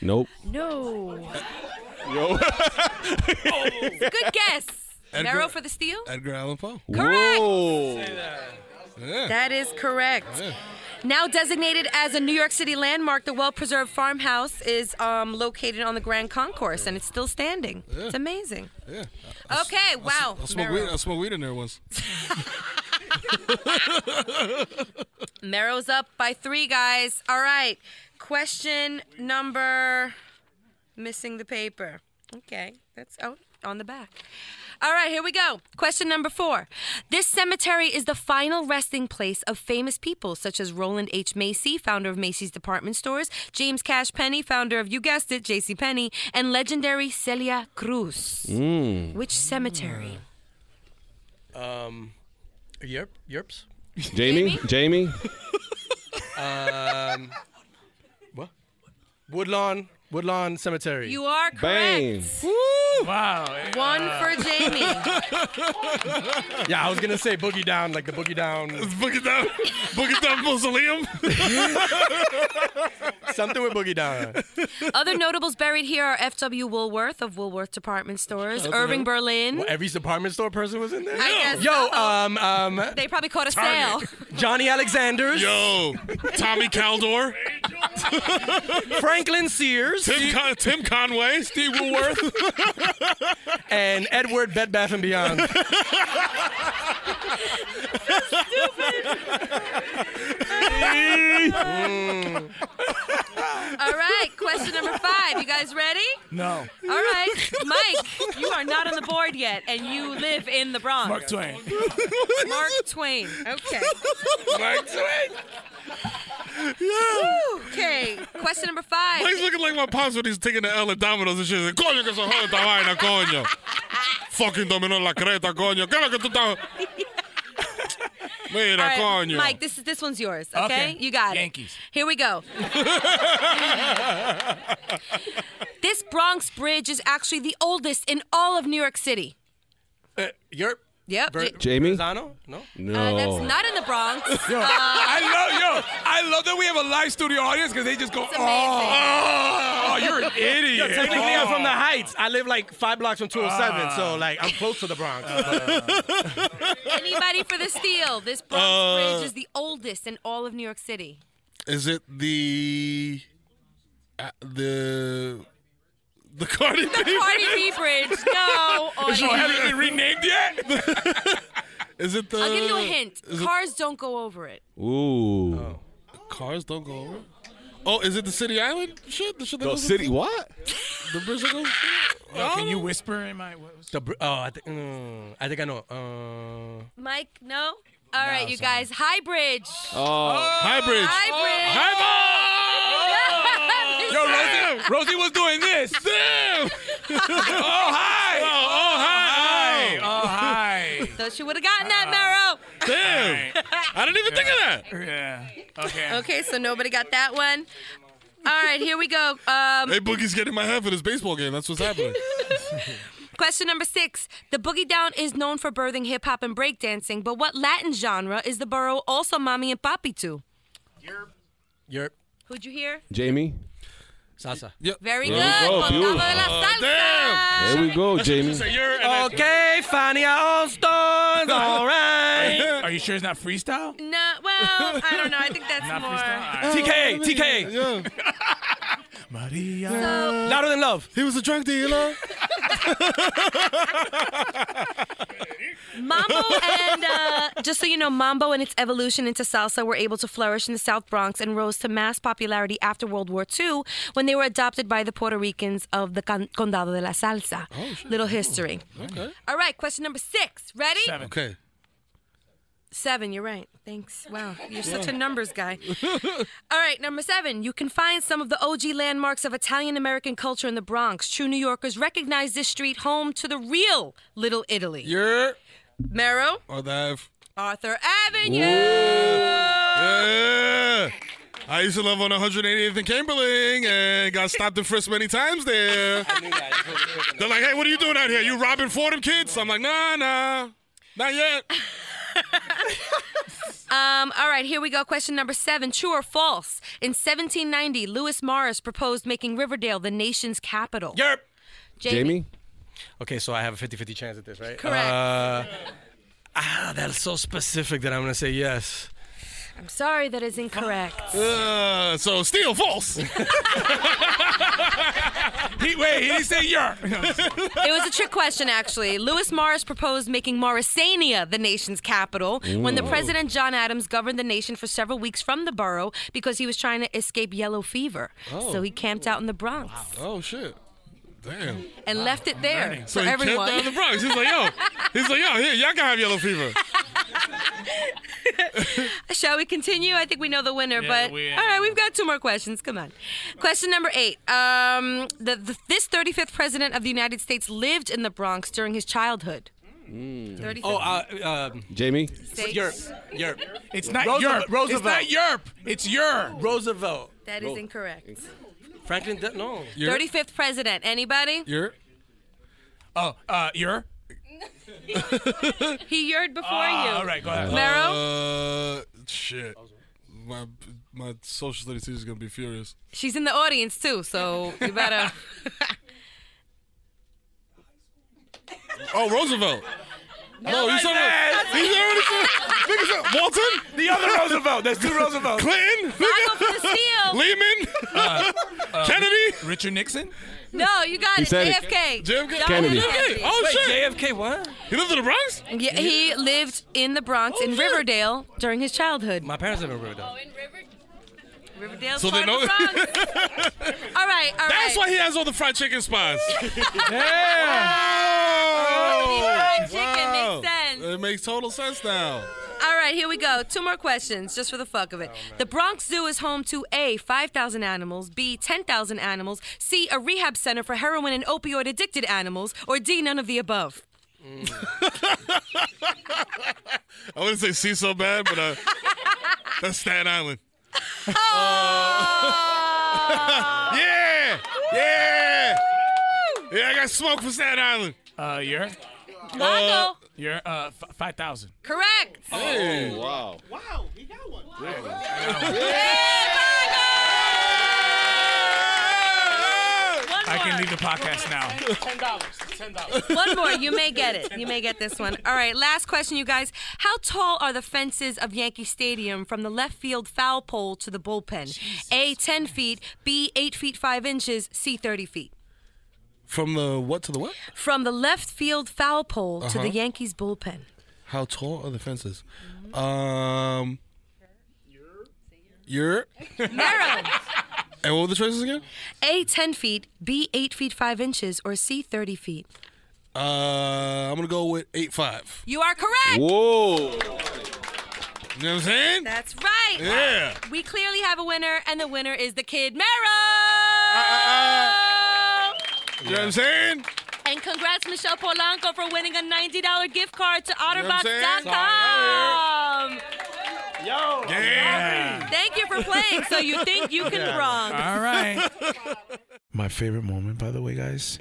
S5: Nope.
S4: No.
S5: Yo.
S12: Oh.
S4: Good guess.
S12: Edgar-
S4: Narrow for the steal?
S12: Edgar Allan Poe.
S4: Correct.
S5: Whoa.
S12: Yeah.
S4: That is correct. Now designated as a New York City landmark, the well preserved farmhouse is um, located on the Grand Concourse and it's still standing. It's amazing.
S12: Yeah.
S4: Okay, wow.
S12: I smoked weed. I smoked weed in there once.
S4: Merrow's up by three, guys. All right. Question number missing the paper. Okay. That's oh on the back. All right, here we go. Question number four. This cemetery is the final resting place of famous people such as Roland H. Macy, founder of Macy's department stores, James Cash Penny, founder of you guessed it, J.C. Penney, and legendary Celia Cruz.
S5: Mm.
S4: Which cemetery?
S2: Um, Yerp, Yerps.
S5: Jamie? Jamie?
S2: um, what? Woodlawn, Woodlawn Cemetery.
S4: You are
S5: Bang.
S4: Woo!
S2: Wow.
S4: One for Jamie.
S2: Yeah, I was gonna say boogie down, like the boogie down.
S12: boogie down, boogie down mausoleum.
S2: Something with boogie down.
S4: Other notables buried here are F.W. Woolworth of Woolworth Department Stores,
S2: Shout out to
S4: Irving
S2: him.
S4: Berlin.
S2: Well, every department store person was in there.
S4: I guess
S2: Yo,
S4: so.
S2: um, um,
S4: They probably caught a
S2: Target.
S4: sale.
S2: Johnny Alexander's.
S12: Yo, Tommy Caldor.
S2: Franklin Sears.
S12: Tim, Con- Tim Conway. Steve Woolworth.
S2: and Edward Bed Bath and Beyond.
S4: Mm. All right, question number five. You guys ready?
S15: No.
S4: All right, Mike, you are not on the board yet, and you live in the Bronx.
S15: Mark Twain.
S4: Mark Twain. Okay.
S12: Mark Twain.
S4: Woo, Okay. Question number five.
S12: He's looking like my pops when he's taking the L at Domino's and shit. Coño, que se jode esta vaina, coño. Fucking Domino en la creta, coño. ¿Qué es lo que tú estás? Mira,
S4: All right,
S12: coño.
S4: Mike, this is this one's yours. Okay,
S12: Okay.
S4: you got
S12: Yankees.
S4: it. Here we go. this Bronx Bridge is actually the oldest in all of New York City.
S2: Uh, Yerp.
S4: Yep. J-
S5: Jamie?
S2: Verzano? No.
S5: No.
S4: It's not in the Bronx.
S2: Yo,
S4: Uh,
S3: I love yo. I love that we have a live studio audience because they just go,
S4: amazing.
S3: oh, oh, you're an idiot.
S2: Yo, technically, I'm from the Heights. I live like five blocks from 207,
S3: Ah.
S2: so like I'm close to the Bronx.
S4: anybody for the steal? This Bronx
S12: Uh,
S4: Bridge is the oldest in all of New York City.
S12: Is it the uh, the the Cardi
S4: The
S12: B?
S4: Cardi B Bridge. No.
S12: Is it-
S4: audience.
S12: has it been renamed yet? is it the?
S4: I'll give you a hint.
S12: is it- Oh.
S4: Cars don't go over it.
S5: Ooh.
S12: Cars don't go over. Oh, is it the City Island? Shit, the shit that
S5: The
S12: goes-
S5: city, what?
S12: The bridge that goes.
S2: can you
S15: whisper in my? What
S2: Oh. The br- oh, I think mm, I think I know. Uh,
S4: Mike, no. All right, you guys. High Bridge.
S12: Oh.
S3: Oh.
S5: Oh.
S2: High Bridge.
S4: High Bridge.
S12: Oh.
S3: Yo, Rosie, Rosie was doing this. oh
S12: Damn.
S3: hi.
S12: Oh, hi.
S3: Oh hi.
S4: So she would have gotten that,
S12: Damn. I didn't even think of that.
S15: Yeah.
S4: Marrow. Okay, so nobody got that one. All right, here we go. Um,
S12: Hey, Boogie's getting my head for this baseball game. That's what's happening.
S4: question number six. The Boogie Down is known for birthing hip hop and breakdancing, but what Latin genre is the borough also mommy and papi to?
S2: Yerp.
S4: Who'd you hear?
S5: Jamie?
S2: Salsa.
S4: Very
S5: There we
S4: good.
S5: go,
S4: Pongamos
S5: beautiful.
S4: la
S3: Oh,
S4: salsa.
S5: There we go, Jamie.
S2: Okay, Fania Allstones. All right.
S15: Are you sure it's not freestyle?
S4: No, well, I don't know. I think that's
S15: Not
S4: more.
S2: TKA, TKA.
S15: Maria.
S2: Louder than love.
S12: He was a drug dealer.
S4: Mambo and uh, just so you know, Mambo and its evolution into salsa were able to flourish in the South Bronx and rose to mass popularity after World War II when they were adopted by the Puerto Ricans of the Con- Condado de la Salsa.
S12: Oh,
S4: Little history.
S12: Okay.
S4: All right, question number six. Ready?
S12: Okay.
S4: Seven, you're right. Thanks. Wow, you're such a numbers guy. All right, number seven. You can find some of the OG landmarks of Italian American culture in the Bronx. True New Yorkers recognize this street home to the real Little Italy.
S12: You're
S4: Merrow,
S12: or the.
S4: Arthur Avenue.
S12: Yeah. I used to live on 180th and Camberling and got stopped and frisked many times there. They're like, hey, what are you doing out here? You robbing Fordham kids? I'm like, nah, nah, not yet.
S4: Um, all right, here we go. Question number seven True or false? In 1790, Louis Morris proposed making Riverdale the nation's capital.
S2: Yep.
S4: Jamie?
S2: Okay, so I have a 50 50 chance at this, right?
S4: Correct.
S2: Uh, ah, that's so specific that I'm going to say yes.
S4: I'm sorry, that is incorrect.
S12: Uh, so, steal false.
S3: he, wait, he didn't say your.
S4: it was a trick question, actually. Lewis Morris proposed making Morrisania the nation's capital when the
S5: Ooh.
S4: president John Adams governed the nation for several weeks from the borough because he was trying to escape yellow fever.
S12: Oh.
S4: So he camped out in the Bronx
S12: oh, shit. Damn.
S4: and left it there
S12: So
S4: for
S12: he
S4: everyone.
S12: kept down the Bronx. He's like, yo, he's like, yo, here, y'all can have yellow fever.
S4: Shall we continue? I think we know the winner,
S12: Yeah,
S4: but
S12: we-
S4: all right, we've got two more questions. Come on. Question number eight. Um, the, the, this 35th president of the United States lived in the Bronx during his childhood. Thirty
S2: Oh, uh, um,
S28: Jamie.
S4: States.
S2: Yerp.
S15: It's not
S2: Roosevelt-
S15: Yerp.
S2: Roosevelt.
S15: It's not Yerp. It's your.
S2: Roosevelt.
S4: That is incorrect.
S2: Franklin, De- no.
S4: 35th president. Anybody?
S12: Yerp.
S15: Oh, uh, your.
S4: He yearned before
S15: Ah,
S4: you. Uh,
S15: all right, go ahead.
S12: Mero? Uh, shit. My, my social studies teacher's going to be furious.
S4: She's in the audience too, so you better.
S12: Oh, Roosevelt.
S4: No,
S12: he's talking about. He's already said. Nigga said Walton?
S15: The other Roosevelt. There's two Roosevelts.
S12: Clinton?
S4: I'll go for the steal.
S12: Lehman? Uh,
S15: Kennedy? Uh, Richard Nixon?
S4: no, you got
S15: He
S4: it.
S15: said it.
S4: JFK.
S15: JFK.
S4: John
S15: Kennedy.
S12: Oh,
S2: Wait,
S12: shit.
S2: JFK, what?
S12: He lived in the Bronx?
S4: Yeah, he lived in the Bronx
S15: Oh,
S4: in Riverdale during his childhood.
S2: My parents live in
S25: Oh,
S2: Riverdale.
S4: Riverdale's
S12: So they
S4: part of the
S12: know-
S4: Bronx. all right, all right.
S12: That's why he has all the fried chicken spots.
S4: Fried
S12: yeah.
S4: chicken makes sense.
S12: It makes total sense now.
S4: All right, here we go. Two more questions, just for the fuck
S15: Oh,
S4: of it. the Bronx Zoo is home to A, 5,000 animals, B, 10,000 animals, C, a rehab center for heroin and opioid addicted animals, or D, none of the above.
S12: I wouldn't say see so bad, but uh, that's Staten Island. yeah, yeah, yeah. I got smoke for Staten Island.
S15: Uh, your.
S4: Lago.
S15: Your, uh, f- 5,000.
S4: Correct.
S11: Oh,
S12: Hey.
S15: wow. I can leave the podcast now.
S26: Ten dollars. Ten dollars.
S4: One more, you may get it. You may get this one. All right, last question, you guys. How tall are the fences of Yankee Stadium from the left field foul pole to the bullpen? A, 10 feet, B, 8 feet 5 inches, C, 30 feet.
S12: From the what to the what?
S4: From the left field foul pole to
S12: Uh-huh.
S4: the Yankees bullpen.
S12: How tall are the fences? Um, you're
S4: Narrow.
S12: And what were the choices again?
S4: A, 10 feet, B, 8 feet 5 inches, or C, 30 feet.
S12: Uh, I'm gonna go with eight five.
S4: You are correct.
S12: Whoa. You know what I'm saying?
S4: That's right.
S12: Yeah.
S4: We clearly have a winner, and the winner is the kid Mero.
S12: Uh, You know what I'm saying?
S4: And congrats, Michelle Polanco, for winning a $90 gift card to
S12: know what I'm saying?
S4: Otterbox.com.
S12: Yo. Yeah.
S4: Thank you for playing. So you think you can wrong.
S15: All right. My favorite moment, by the way, guys,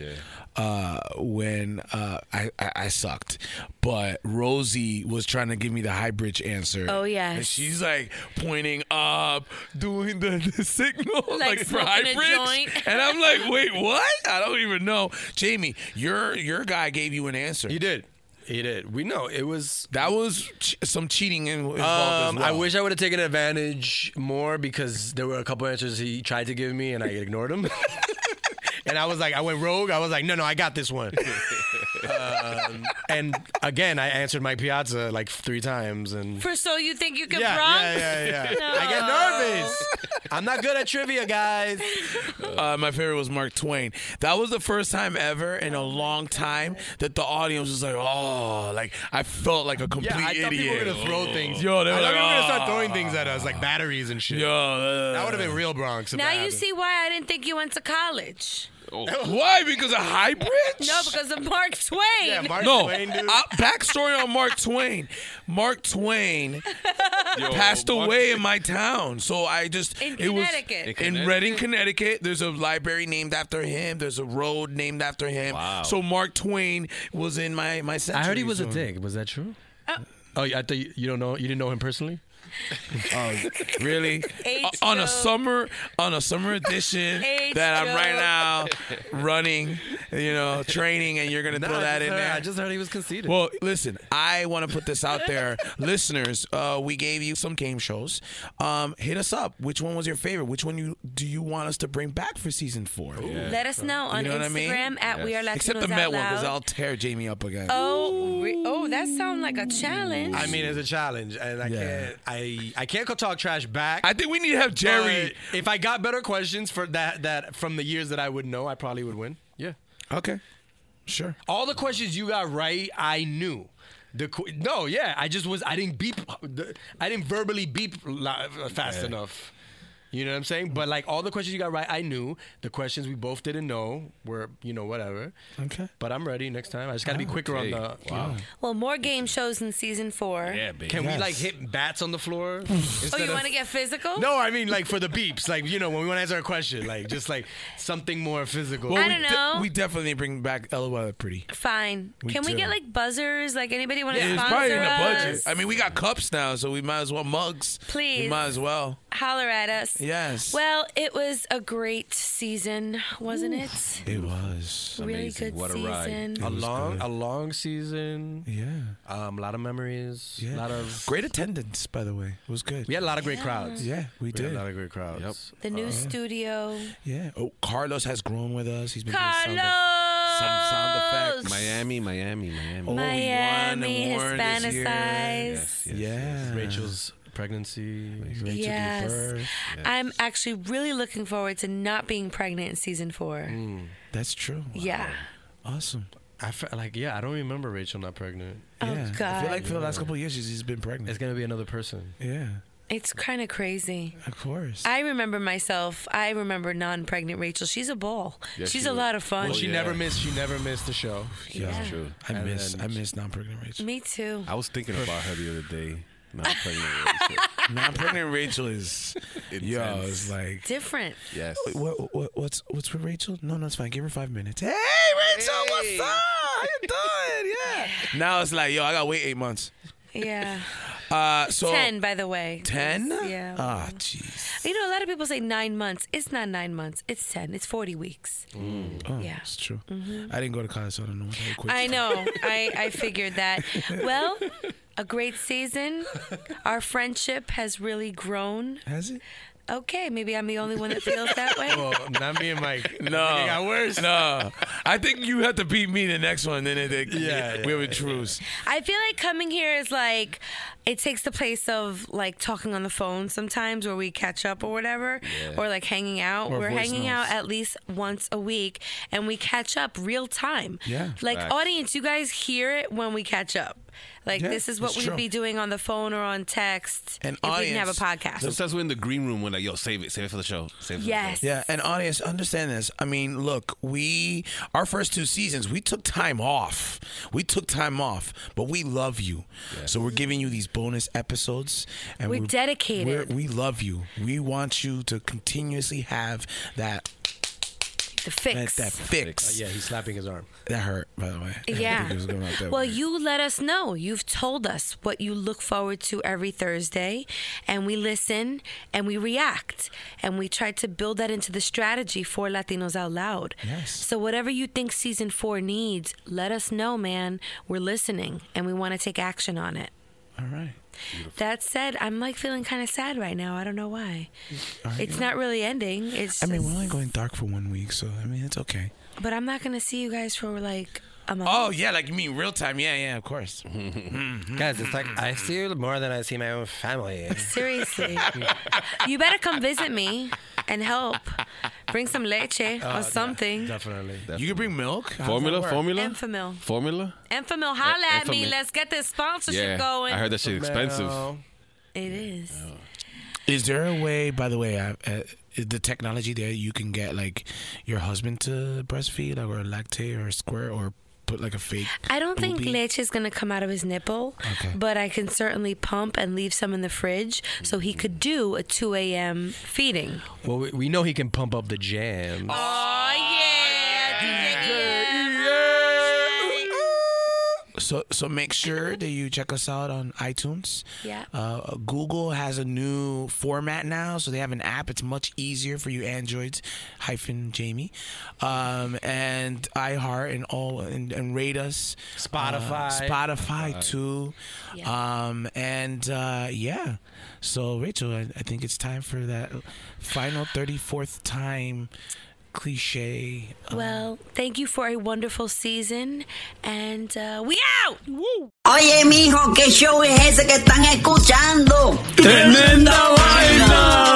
S15: uh, when uh, I, I I sucked, but Rosie was trying to give me the high bridge answer.
S4: Oh, yes.
S3: And she's like pointing up, doing the, the signal like, for
S4: smoking
S3: high
S4: a
S3: bridge.
S4: joint.
S3: And I'm like, wait, what? I don't even know. Jamie, your your guy gave you an answer. He
S2: did. He did. We know it was
S3: that was ch- some cheating in- involved
S2: Um,
S3: as well.
S2: I wish I would have taken advantage more because there were a couple answers he tried to give me and I ignored him. and I was like, I went rogue. I was like, no, no, I got this one. um, and again, I answered Mike Piazza like three times, and
S4: For so you think you can
S2: yeah,
S4: wrong?
S2: yeah, yeah, yeah. I get
S4: No.
S2: nervous. I'm not good at trivia, guys.
S3: Uh, my favorite was Mark Twain. That was the first time ever in a long time that the audience was like, oh, like I felt like a complete
S2: I thought
S3: idiot.
S2: people were gonna throw things.
S3: Yo, they
S2: I
S3: were
S2: thought
S3: like,
S2: people were gonna start
S3: "Ah."
S2: throwing things at us like batteries and shit.
S3: Yo, uh.
S2: that would have been real Bronx. if
S4: Now
S2: that
S4: you
S2: happened.
S4: see why I didn't think you went to college.
S3: Why? Because of high bridge?
S4: No, because of Mark Twain.
S3: no. Uh, backstory on Mark Twain. Mark Twain passed away in my town, so I just
S4: In
S3: it was
S4: Connecticut.
S3: in,
S4: In
S3: Reading, Connecticut. There's a library named after him. There's a road named after him. So Mark Twain was in my my. Century,
S2: I heard he was a
S3: so-
S2: dick. Was that true? Oh, yeah, I thought you, you don't know. You didn't know him personally.
S3: Oh, really?
S2: Age
S3: O- on a
S2: joke.
S3: summer on a summer edition
S2: Age
S3: that I'm right
S2: joke.
S3: now running, you know, training, and you're gonna
S2: Nah,
S3: throw
S2: I
S3: that
S2: just
S3: in
S2: heard-
S3: there.
S2: I just heard he was conceited.
S3: Well, listen, I want to put this out there, listeners. Uh, we gave you some game shows. Um, hit us up. Which one was your favorite? Which one you do you want us to bring back for season four?
S4: Let us know on
S3: what
S4: Instagram at We Are Latinos
S3: Except the
S4: Out
S3: Met one, because
S4: Loud.
S3: I'll tear Jamie up again.
S4: Oh, re- oh, that sounds like a challenge.
S2: I mean, it's a challenge, and I can't. I I can't go talk trash back.
S3: I think we need to have Jerry-
S2: but If I got better questions for that that from the years that I would know, I probably would win. Yeah.
S3: Okay. Sure.
S2: All the questions you got right, I knew. The qu- no, yeah, I just was. I didn't beep. the- I didn't verbally beep li- fast
S5: Yeah.
S2: enough. You know what I'm saying? But like all the questions you got right, I knew. The questions we both didn't know were, you know, whatever.
S3: Okay.
S2: But I'm ready next time. I just got to be quicker on the.
S5: Okay. Wow.
S4: well, more game shows in season four.
S2: Yeah, baby. Can we like hit bats on the floor?
S4: Oh,
S2: instead
S4: you
S2: of-
S4: want to get physical?
S2: No, I mean like for the beeps, like you know when we want to answer a question, like just like something more physical.
S4: Well, I we don't de- know.
S3: we definitely bring back Ella Pretty.
S4: Fine.
S3: We
S4: Can we
S3: do.
S4: get like buzzers? Like anybody want to
S3: Yeah, it's
S4: sponsor
S3: probably in the
S4: us?
S3: budget. I mean, we got cups now, so we might as well mugs. we
S4: Please.
S3: might as well.
S4: Holler at us.
S3: Yes.
S4: Well, it was a great season, wasn't it?
S3: It was
S4: Really Amazing. good What a ride. season. It
S2: A
S4: was
S2: long,
S3: good.
S2: a long season.
S3: Yeah.
S2: Um, a lot of memories. A
S3: Yeah.
S2: lot of
S3: great attendance, by the way. It was good.
S2: We had a lot of great crowds.
S3: Yeah, we,
S2: We had
S3: did.
S2: a lot of great crowds.
S4: The new
S3: Oh, Yeah.
S4: studio.
S3: Yeah. Oh, Carlos has grown with us. He's been doing sound
S4: Carlos!
S3: some sound effects.
S5: Miami, Miami, Miami.
S3: Oh, we won
S4: Miami,
S3: an award this year.
S4: Hispanicized.
S3: yeah.
S2: Rachel's pregnancy. Rachel
S4: Yes.
S2: Yeah.
S4: I'm actually really looking forward to not being pregnant in season four.
S3: That's true.
S4: Yeah.
S3: Awesome.
S2: Mm. I felt like yeah, I don't remember Rachel not pregnant.
S4: Oh, Yeah. I feel God.
S3: like for the last couple of years she's, she's been pregnant.
S2: It's gonna be another person.
S3: Yeah,
S4: It's kind of crazy.
S3: of course.
S4: I remember myself. I remember non pregnant Rachel. She's a ball. She's a lot of fun.
S2: Well, she never missed. She never missed the show.
S4: Yeah. That's
S5: true.
S3: I
S2: And
S3: miss
S2: then-
S3: I miss non pregnant Rachel.
S4: Me too.
S5: I was thinking about her the other day. Not pregnant.
S3: non pregnant Rachel is yo,
S5: Intense.
S3: it's like
S4: Different.
S5: Yes.
S3: What, what what's what's with Rachel? No, no, it's fine. Give her five minutes. Hey, Rachel, what's up? How you doing? Yeah. Now it's like yo, I gotta wait eight months.
S4: Yeah.
S3: Uh, so
S4: ten, by the way.
S3: Ten?
S4: Yeah.
S3: Ah, jeez.
S4: You know, a lot of people say nine months. It's not nine months. It's ten. It's forty weeks.
S3: Oh,
S4: Yeah.
S3: it's true.
S4: Mhm.
S3: I didn't go to college, so I don't know what that equates
S4: I
S3: to.
S4: know. I, I figured that. Well, a great season. Our friendship has really grown.
S3: Has it?
S4: Okay, maybe I'm the only one that feels that way.
S3: Oh,
S2: Well, not me and Mike.
S3: No,
S2: It got worse.
S3: No, I think you have to beat me the next one. Then it, it-
S2: Yeah,
S3: we
S2: yeah,
S3: have a truce.
S4: I feel like coming here is like it takes the place of like talking on the phone sometimes where we catch up or whatever
S11: Yeah.
S4: or like hanging out.
S11: Or
S4: We're
S11: voice
S4: hanging out
S11: notes.
S4: at least once a week and we catch up real time.
S11: Yeah.
S4: Like
S11: Facts.
S4: audience, you guys hear it when we catch up. Like
S5: Yeah,
S4: this is what
S5: it's
S4: we'd
S5: true.
S4: be doing on the phone or on text
S5: And
S4: if we didn't have a podcast.
S5: Sometimes we're in the green room. We're like, yo, save it, save it for the show. Save it.
S4: Yes.
S3: Yeah, and audience, understand this. I mean, look, we our first two seasons, we took time off. We took time off, but we love you. So we're giving you these bonus episodes, and
S4: We're dedicated.
S3: we're- we love you. We want you to continuously have that
S4: The fix.
S3: That, that fix.
S2: Oh, yeah, he's slapping his arm.
S3: That hurt, by the way. I don't
S4: Yeah.
S3: think it was going out that
S4: Well,
S3: way.
S4: you let us know. You've told us what you look forward to every Thursday, and we listen and we react. And we try to build that into the strategy for Latinos Out Loud.
S11: Yes.
S4: So, whatever you think season four needs, let us know, man. We're listening and we want to take action on it.
S3: All right.
S4: That said, I'm like feeling kind of sad right now. I don't know why.
S3: All right.
S4: It's not really ending. It's
S3: I mean, we're
S4: just-
S3: only going dark for one week, so I mean, it's okay.
S4: but I'm not gonna see you guys for like a month.
S3: Oh yeah, like you mean real time? Yeah, yeah, of course. Mm-hmm.
S2: Guys, it's like I see you more than I see my own family.
S4: Seriously. you better come visit me and help. Bring some
S3: Oh,
S5: Oh,
S4: leche or something.
S2: Definitely.
S3: You can bring milk. How does
S5: Formula,
S3: that work?
S5: formula,
S4: Enfamil.
S5: formula. Uh,
S4: Enfamil, holla at me.
S5: Enfamil.
S4: Let's get this sponsorship
S5: Yeah,
S4: going.
S5: I heard Oh. that shit expensive.
S4: It is.
S3: Is there a way? By the way, I, uh, is the technology there you can get like your husband to breastfeed like, or lactate or squirt or put like a fake
S4: I don't think
S3: boobie?
S4: leche is gonna come out of his nipple,
S3: Okay.
S4: but I can certainly pump and leave some in the fridge so he could do a 2 a.m. feeding.
S2: Well, we, we know he can pump up the jam.
S11: E.
S3: So so make sure that you check us out on iTunes.
S4: Yeah.
S3: Uh, Google has a new format now, so they have an app. It's much easier for you androids. Hyphen Jamie, um, and iHeart and all and, and rate us. Uh,
S2: Spotify.
S3: Spotify
S2: Spotify.
S3: too. Um, and uh, yeah. So Rachel, I, I think it's time for that final thirty fourth time cliche.
S5: Oh.
S4: Well, thank you for a wonderful season, and uh, we out. Woo!
S27: Oye, mijo, ¿qué show es ese que están escuchando?
S14: ¡Tremenda vaina!